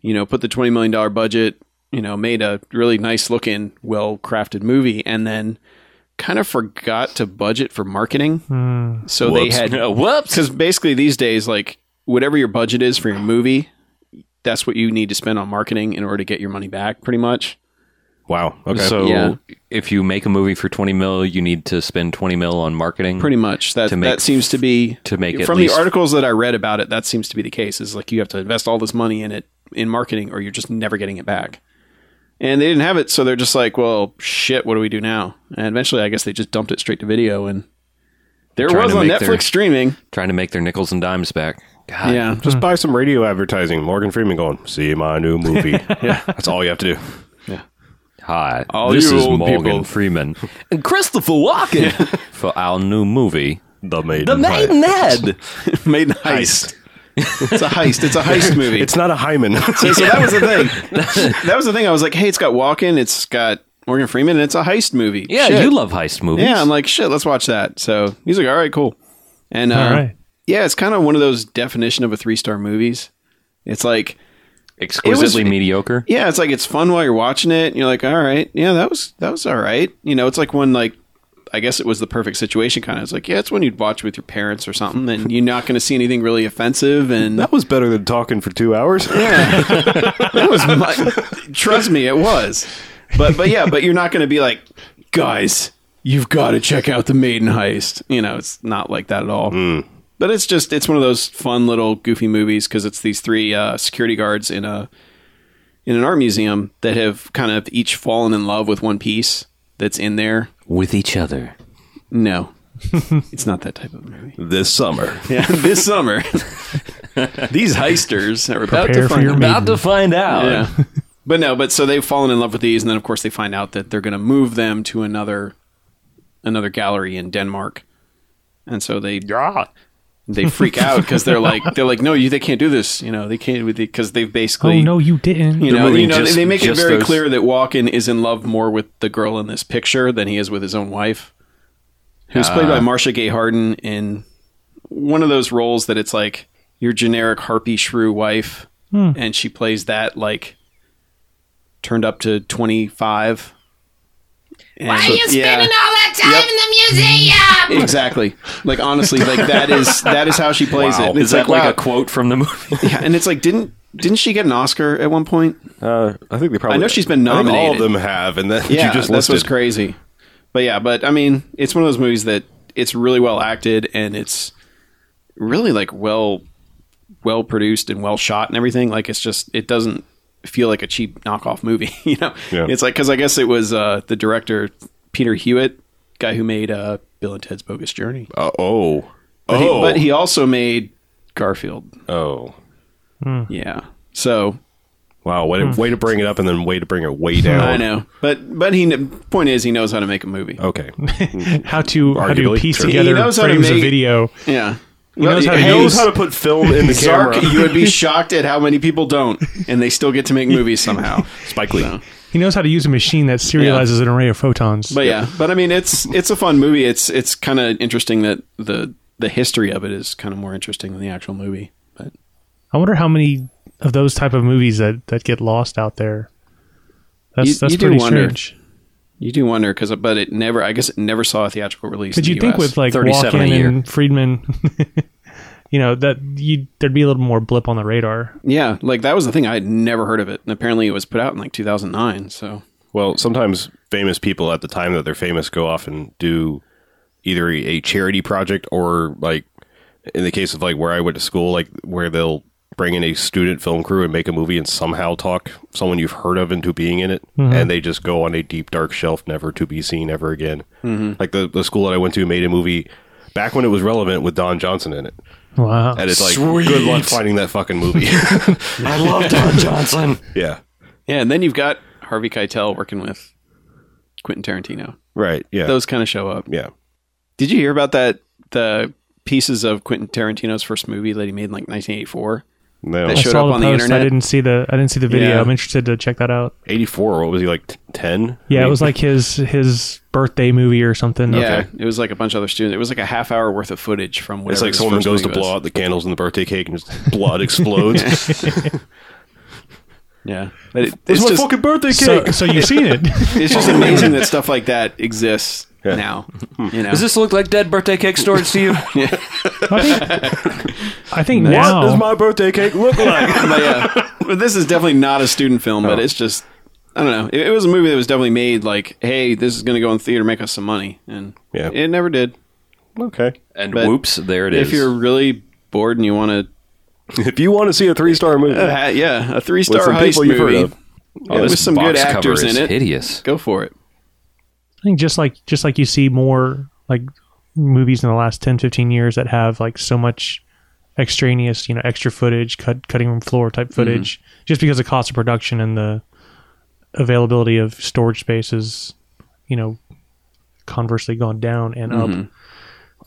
you know, put the twenty million dollar budget, you know, made a really nice looking, well crafted movie, and then kind of forgot to budget for marketing, so they Whoops. had Whoops. because basically these days, like whatever your budget is for your movie, that's what you need to spend on marketing in order to get your money back, pretty much. Wow. Okay. So Yeah. if you make a movie for 20 mil, you need to spend 20 mil on marketing. Pretty much. That To make- that seems to be to make at from least- the articles that I read about it. That seems to be the case. Is like you have to invest all this money in it in marketing, or you're just never getting it back. And they didn't have it, so they're just like, "Well, shit, what do we do now?" And eventually, I guess they just dumped it straight to video, and there Trying was to on make Netflix their- streaming. Trying to make their nickels and dimes back. God. *laughs* Yeah, Just buy some radio advertising. Morgan Freeman going, see my new movie. *laughs* yeah, that's all you have to do. Hi. All this you is old Morgan people. Freeman *laughs* and Christopher Walken *laughs* for our new movie, The Maiden. The Maiden Heist. *laughs* Head. made heist. it's a heist. It's a *laughs* heist movie. It's not a hymen. *laughs* So, so that was the thing. that was the thing. I was like, hey, it's got Walken, it's got Morgan Freeman, and it's a heist movie. Yeah, Shit. you love heist movies. Yeah, I'm like, shit, let's watch that. So he's like, all right, cool. And uh, All right. yeah, it's kind of one of those definition of a three star movies. It's like, Exquisitely it was- mediocre. yeah, it's like it's fun while you're watching it. And you're like, all right, yeah, that was that was all right. You know, it's like when like I guess it was the perfect situation. Kind of, it's like, yeah, it's one you'd watch with your parents or something, and you're not going to see anything really offensive. And *laughs* That was better than talking for two hours. That was my, trust me, it was. But but yeah, but you're not going to be like, guys, you've got to check out the maiden heist. You know, it's not like that at all. Mm. But it's just it's one of those fun little goofy movies because it's these three uh, security guards in a in an art museum that have kind of each fallen in love with one piece that's in there. with each other. No. *laughs* it's not that type of movie. This summer. Yeah, this summer, *laughs* these heisters are about Prepare to for find your out. About to find out. Yeah. *laughs* but no, but so they've fallen in love with these, and then of course they find out that they're going to move them to another another gallery in Denmark, and so they they freak out because they're like they're like no, you they can't do this, you know they can't because they've basically oh no, you didn't. you know, moving you know just- they make it just very those- clear that Walken is in love more with the girl in this picture than he is with his own wife, who's played Uh, by Marcia Gay Harden in one of those roles that it's like your generic harpy shrew wife, and she plays that like turned up to twenty five. Why are you spending all that time in the museum? Exactly. Like honestly, like that is that is how she plays it. Is that like a wow. quote from the movie? *laughs* yeah, and it's like didn't didn't she get an Oscar at one point? *laughs* Uh, I think they probably. I know she's been I think all of nominated. them have, and that yeah, you just this listed. was crazy. But yeah, but I mean, it's one of those movies that it's really well acted and it's really like well well produced and well shot and everything. Like it's just it doesn't feel like a cheap knockoff movie. *laughs* You know, Yeah. it's like because I guess it was uh, the director Peter Hewitt, guy who made uh, Bill and Ted's Bogus Journey. Uh, oh, But, oh, he, but he also made Garfield. oh. Yeah, so Wow, way to, way to bring it up, and then way to bring it way down. Hmm. *laughs* I know. But but he kn- point is he knows how to make a movie. Okay, how to how to Arguably piece true. together He knows how to frames of make- video. Yeah. He knows how to he Hey, knows how to put film in the Zark, camera. you *laughs* would be shocked at how many people don't, and they still get to make movies somehow. *laughs* Spike Lee. So, He knows how to use a machine that serializes an array of photons. but yeah, but I mean, it's it's a fun movie. It's it's kind of interesting that the the history of it is kind of more interesting than the actual movie. But I wonder how many of those type of movies that that get lost out there. That's You- that's you do pretty wonder. strange. you do wonder because, but it never. I guess it never saw a theatrical release. Because in you the think US. with like 37 a Walken year. and Friedman, *laughs* you know that you there'd be a little more blip on the radar. yeah, like that was the thing. I had never heard of it, and apparently it was put out in like 2009. So Well, sometimes famous people at the time that they're famous go off and do either a charity project or like in the case of like where I went to school, like where they'll bring in a student film crew and make a movie and somehow talk someone you've heard of into being in it and they just go on a deep dark shelf never to be seen ever again. Mm-hmm. Like the, the school that I went to made a movie back when it was relevant with Don Johnson in it. Wow, And it's like good luck finding that fucking movie. *laughs* I love Don Johnson. *laughs* yeah. yeah, and then you've got Harvey Keitel working with Quentin Tarantino. Right. Yeah. Those kind of show up. yeah. Did you hear about that? The pieces of Quentin Tarantino's first movie that he made in like 1984. No. They I showed saw up the on post. the internet. I didn't see the I didn't see the video. Yeah. I'm interested to check that out. 84, what was he like 10? Yeah, it was like his his birthday movie or something. Yeah, Okay. it was like a bunch of other students. It was like a half hour worth of footage *laughs* from. It's whatever like his someone first goes to movie was. blow out the candles in the birthday cake and just blood *laughs* explodes. it's Yeah, but it, it's my just fucking birthday So, cake. so you've seen *laughs* it? it's just amazing that stuff *laughs* like that exists Yeah. now. You know, Does this look like dead birthday cake storage to you? I think, I think what does now my birthday cake look like? *laughs* *laughs* but yeah, but this is definitely not a student film. Oh. But it's just, I don't know. It, it was a movie that was definitely made like, hey, this is going to go in theater, make us some money, and Yeah. it never did. okay. And But whoops, there it is. If you're really bored and you want to If you want to see a three star movie, Uh, yeah, a three With star some heist people movie you've heard of. Oh, Yeah, with some good actors in it. Hideous. Go for it. I think just like just like you see more like movies in the last 10 15 years that have like so much extraneous you know extra footage cut cutting room floor Mm-hmm. type footage just because of cost of production and the availability of storage space is you know conversely gone down and up Mm-hmm.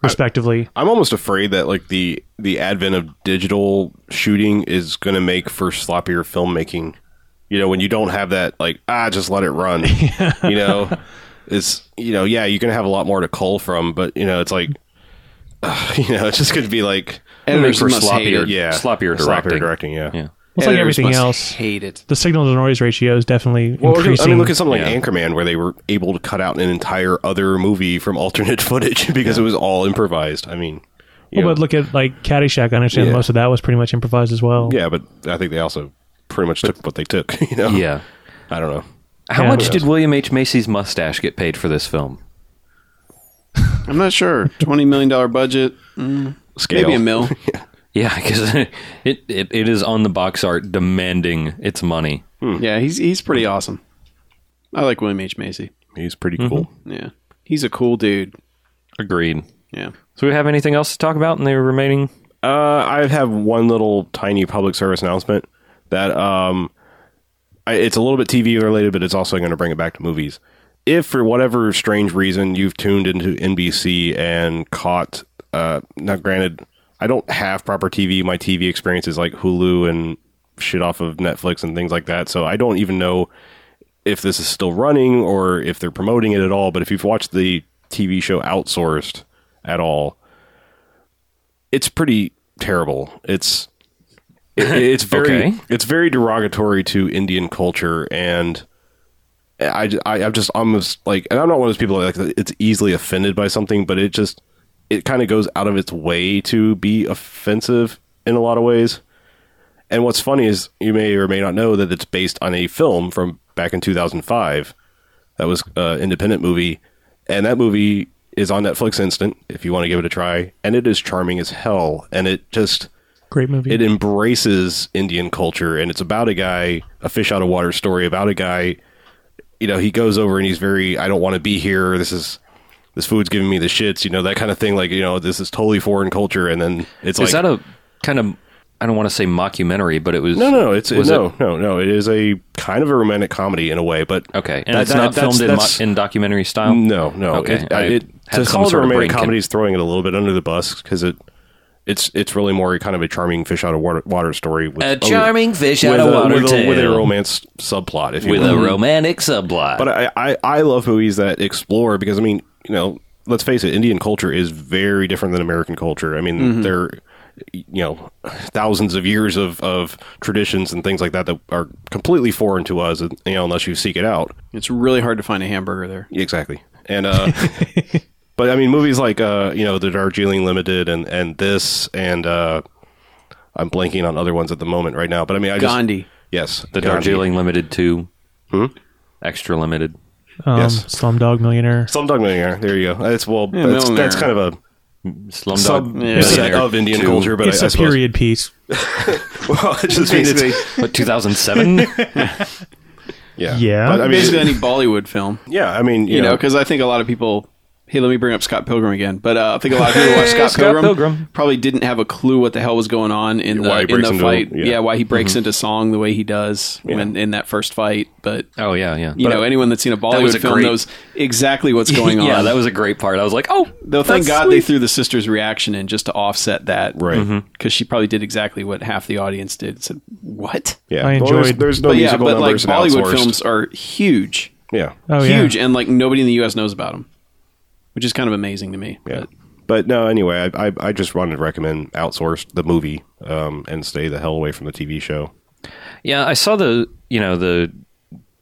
respectively I'm almost afraid that like the the advent of digital shooting is going to make for sloppier filmmaking. You know, when you don't have that, like ah, just let it *laughs* run. You know, it's you know, yeah, you're going to have a lot more to cull from, but you know, it's like, *sighs* you know, it's just going to be like Editors make must hate it. yeah, Sloppier sloppier directing. directing, yeah. Yeah. It's like Editors everything must else. Hate it. the signal to noise ratio is definitely Well, I mean, I increasing. mean, look at something like Yeah. Anchorman, where they were able to cut out an entire other movie from alternate *laughs* footage because it was all improvised. I mean, you Well, know, but look at like Caddyshack. I understand Yeah. most of that was pretty much improvised as well. yeah, but I think they also pretty much took what they took. *laughs* You know, Yeah. I don't know. How Yeah. much did William H. Macy's mustache get paid for this film? I'm not sure. Twenty million dollar budget, Scale. maybe *laughs* a mill. Yeah, *laughs* because it, it, it is on the box art demanding its money. Hmm. yeah, he's he's pretty awesome. I like William H Macy. He's pretty cool. Yeah, he's a cool dude. Agreed. Yeah. So we have anything else to talk about in the remaining? Uh, I have one little tiny public service announcement that um, I, it's a little bit TV related, but it's also going to bring it back to movies. If for whatever strange reason you've tuned into NBC and caught, uh, now granted, I don't have proper TV. My TV experience is like Hulu and shit off of Netflix and things like that. So I don't even know if this is still running or if they're promoting it at all. But if you've watched the TV show Outsourced at all, it's pretty terrible. It's it- it's very Okay. it's very derogatory to Indian culture, and I, I am just almost like, and I'm not one of those people that like it's easily offended by something, but it just it kind of goes out of its way to be offensive in a lot of ways. And what's funny is you may or may not know that it's based on a film from back in 2005 that was an independent movie, and that movie is on Netflix Instant if you want to give it a try, and it is charming as hell, and it just Great movie. it embraces Indian culture, and it's about a guy, a fish out of water story about a guy. You know, he goes over and he's very, I don't want to be here. This is this food's giving me the shits. You know that kind of thing. Like you know, this is totally foreign culture, and then it's like is that a kind of I don't want to say mockumentary, but it was no, no, it's was no, it- no, no. It is a kind of a romantic comedy in a way, but okay, and that- it's that- not that's- filmed in, mo- that's- in documentary style. No, no. Okay, It, I I- it, had to some call it a sort of brain romantic kid- comedy is throwing it a little bit under the bus because it it's it's really more kind of a charming fish out of water, water story with A charming fish Oh, with out of a- water Mm-hmm. with a, with a tale. romance subplot, if you with will. a romantic subplot. But I, I I love movies that explore because I mean you know let's face it, Indian culture is very different than American culture. I mean Mm-hmm. there you know thousands of years of of traditions and things like that that are completely foreign to us. You know unless you seek it out. It's really hard to find a hamburger there. Exactly. And *laughs* uh but I mean movies like uh you know the Darjeeling Limited and and this and uh I'm blanking on other ones at the moment right now, but I mean I just Gandhi. Yes. the Gandhi. Darjeeling Limited Two, Hmm? extra limited. um, yes. Slumdog Millionaire. Slumdog Millionaire. There you go. That's well Yeah, that's, Millionaire. that's kind of a Slumdog sub Millionaire set of Indian Two. culture, but it's I, I a suppose period piece. *laughs* well, *laughs* I just mean it's, *laughs* What 2007? yeah. Yeah. But I mean *laughs* Basically, any Bollywood film, yeah, I mean, you, you know, know, because I think a lot of people. Hey, let me bring up Scott Pilgrim again. But uh, I think a lot of people who watch Scott, Scott Pilgrim, Pilgrim. probably didn't have a clue what the hell was going on in Why he the in breaks the into- fight. yeah. Mm-hmm. yeah. why he breaks into song the way he does when in that first fight. But oh yeah, yeah. you know, anyone that's seen a was Bollywood a film great- knows exactly *laughs* what's going on. yeah, that was a great part. I was like, oh, Though, thank that's God sweet. they threw the sister's reaction in just to offset that, Right. Mm-hmm. Because she probably did exactly what half the audience did. It said what? yeah. I Well, there's- enjoyed- there's, no but yeah, musical but like numbers and Bollywood outsourced. films are huge, Yeah. Oh yeah. huge, and like nobody in the U.S. knows about them, which is kind of amazing to me. Yeah. But But no, anyway, I, I I just wanted to recommend outsourced the movie um, and stay the hell away from the TV show. Yeah, I saw the you know the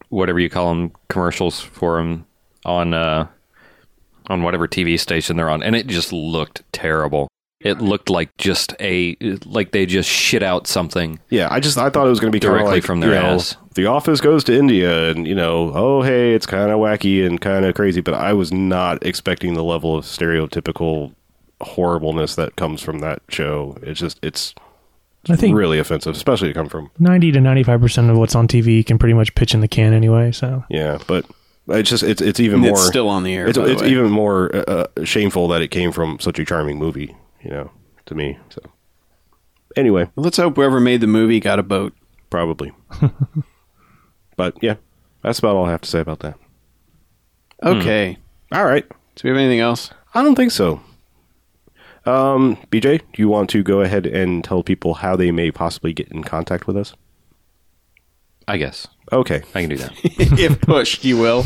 whatever you call them commercials for them on uh, on whatever TV station they're on, and it just looked terrible. It looked like just a like they just shit out something. Yeah, I just I thought it was going to be kinda Directly like, from their you know, ass. The Office goes to India, and you know, oh hey, it's kind of wacky and kind of crazy. But I was not expecting the level of stereotypical horribleness that comes from that show. It's just it's I think really offensive, especially to come from ninety to ninety-five percent of what's on TV can pretty much pitch in the can anyway. So yeah. But it's just it's it's even it's more still on the air. It's, by the it's way. even more uh, uh, shameful that it came from such a charming movie, you know, to me. So anyway, Let's hope whoever made the movie got a boat. probably. but yeah, that's about all I have to say about that. Hmm. Okay. All right. Do we have anything else? I don't think so. Um, BJ, do you want to go ahead and tell people how they may possibly get in contact with us? I guess Okay. I can do *laughs* that. if pushed, you will.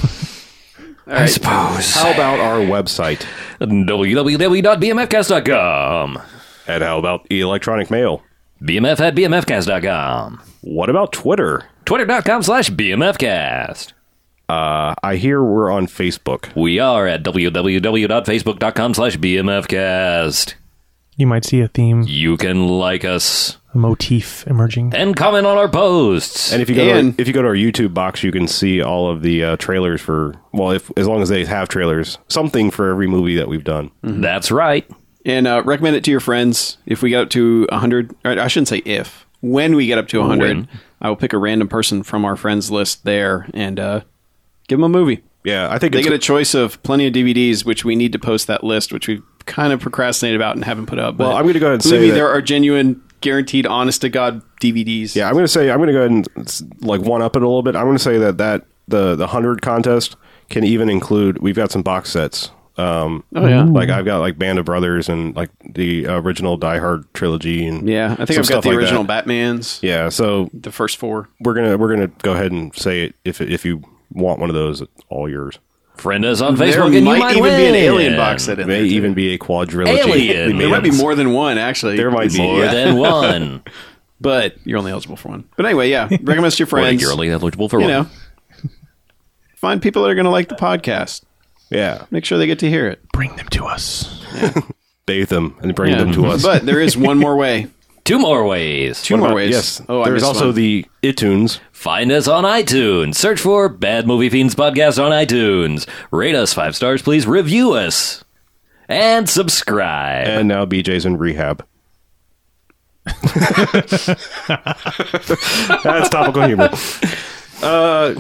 I suppose. How about our website www.bmfcast.com. and how about electronic mail? BMF at bmfcast.com. What about Twitter? Twitter.com slash BMFcast. I hear we're on Facebook. We are at www.facebook.com slash BMFcast. You might see a theme, You can like us a motif emerging. and comment on our posts. And if you go And- to our, if you go to our YouTube box, you can see all of the uh, trailers for well, if as long as they have trailers, something for every movie that we've done. Mm. That's right. and uh, recommend it to your friends. If we get up to 100, or I shouldn't say if, when we get up to 100, When. I will pick a random person from our friends list there and uh, give them a movie. Yeah, I think They it's, get a choice of plenty of DVDs, which we need to post that list, which we've kind of procrastinated about and haven't put up. Well, but I'm gonna go ahead and believe say me, that- there are genuine, guaranteed, honest to God DVDs. yeah. I'm gonna say I'm gonna go ahead and s- like one up it a little bit. I'm gonna say that that the the hundred contest can even include we've got some box sets. Um, Oh, yeah. like I've got like Band of Brothers and like the original Die Hard trilogy and Yeah, I think some I've got stuff the like that. original Batman's, Yeah, so the first four. we're gonna we're gonna go ahead and say it if if you want one of those, it's all yours. Friend us on there Facebook and might you even might win. be an alien box set It in may there. too. even be a quadrilogy. Alien. We may There might be have- more than one, actually. There might be More yeah. than one. *laughs* but you're only eligible for one. But anyway, yeah, recommend us to your Or friends. you're only eligible for you one. know, find people that are going to like the podcast. Yeah, Make sure they get to hear it. Bring them to us. bathe them and bring them to us. But there is one more way. Two more ways. Two What more about- ways. Yes. Oh, I there's missed also one. the iTunes. Find us on iTunes. Search for Bad Movie Fiends Podcast on iTunes. Rate us five stars, please. Review us. And subscribe. And now BJ's in rehab. *laughs* That's topical humor. Uh,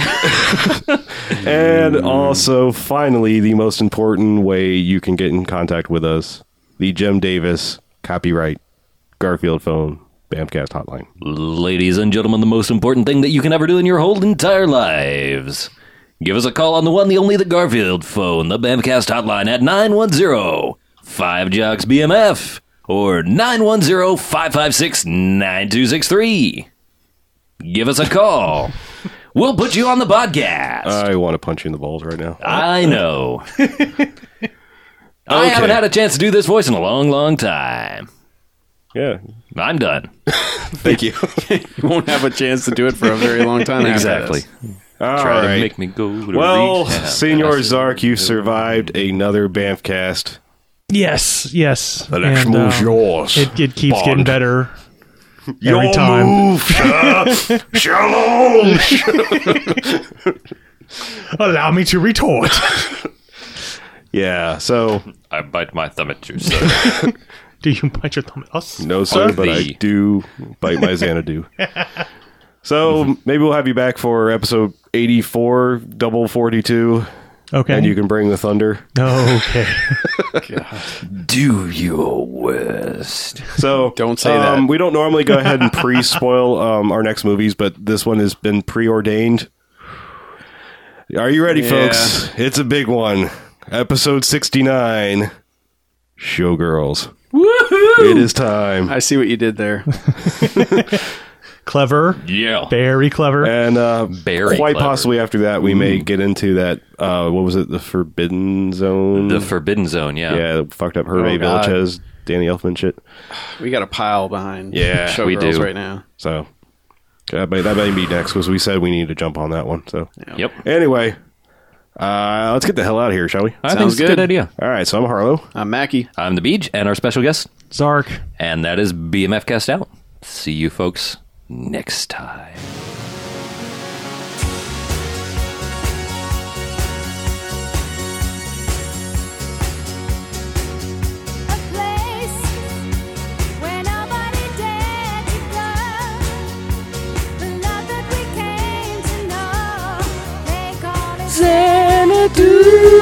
*laughs* and also, finally, the most important way you can get in contact with us the Jim Davis copyright Garfield phone Bamcast hotline. Ladies and gentlemen, the most important thing that you can ever do in your whole entire lives. Give us a call on the one, the only, the Garfield phone, the Bamcast hotline at 910 5 Jocks BMF or 910 556 9263. Give us *laughs* a call. we'll put you on the podcast. I want to punch you in the balls right now. *laughs* I know. I Okay. haven't had a chance to do this voice in a long, long time. Yeah. I'm done. Thank you. You won't have a chance to do it for a very long time. after this. All Try right. to make me go. To Well, *laughs* rehab. Senor I said- Zark, you survived another Bamfcast. Yes, yes. The next And, move's um, yours. It, it keeps Bond. getting better every Your time. move, *laughs* sir. Shalom. Allow me to *laughs* retort. yeah, so I bite my thumb at you, sir. Do you bite your thumb at us? no, sir, but I the- do bite my Xanadu. so maybe we'll have you back for episode 84, double 42, Okay. and you can bring the thunder. okay. *laughs* do your worst. So Don't say um, that. We don't normally go ahead and pre-spoil um, our next movies, but this one has been preordained. Are you ready, folks? It's a big one. Episode sixty-nine. Showgirls. Woohoo! It is time. I see what you did there. Clever. Yeah. Very clever. And uh, Very quite clever. possibly after that, we may get into that. Uh, what was it? The Forbidden Zone. The Forbidden Zone, yeah. yeah, the fucked up Hervé God. Villachez, Danny Elfman shit. We got a pile behind. Yeah, we showgirls do. right now. So that may, that may be next because we said we need to jump on that one. So Yep. Anyway, uh, let's get the hell out of here, shall we? I Sounds think it's a good good. idea. All right, so I'm Harlow. I'm Uh, Mackie. I'm the Beej and our special guest, Zark. and that is BMF Cast Out. See you folks next time. A place where nobody dared to go. The love that we came to know, they call it Xanadu.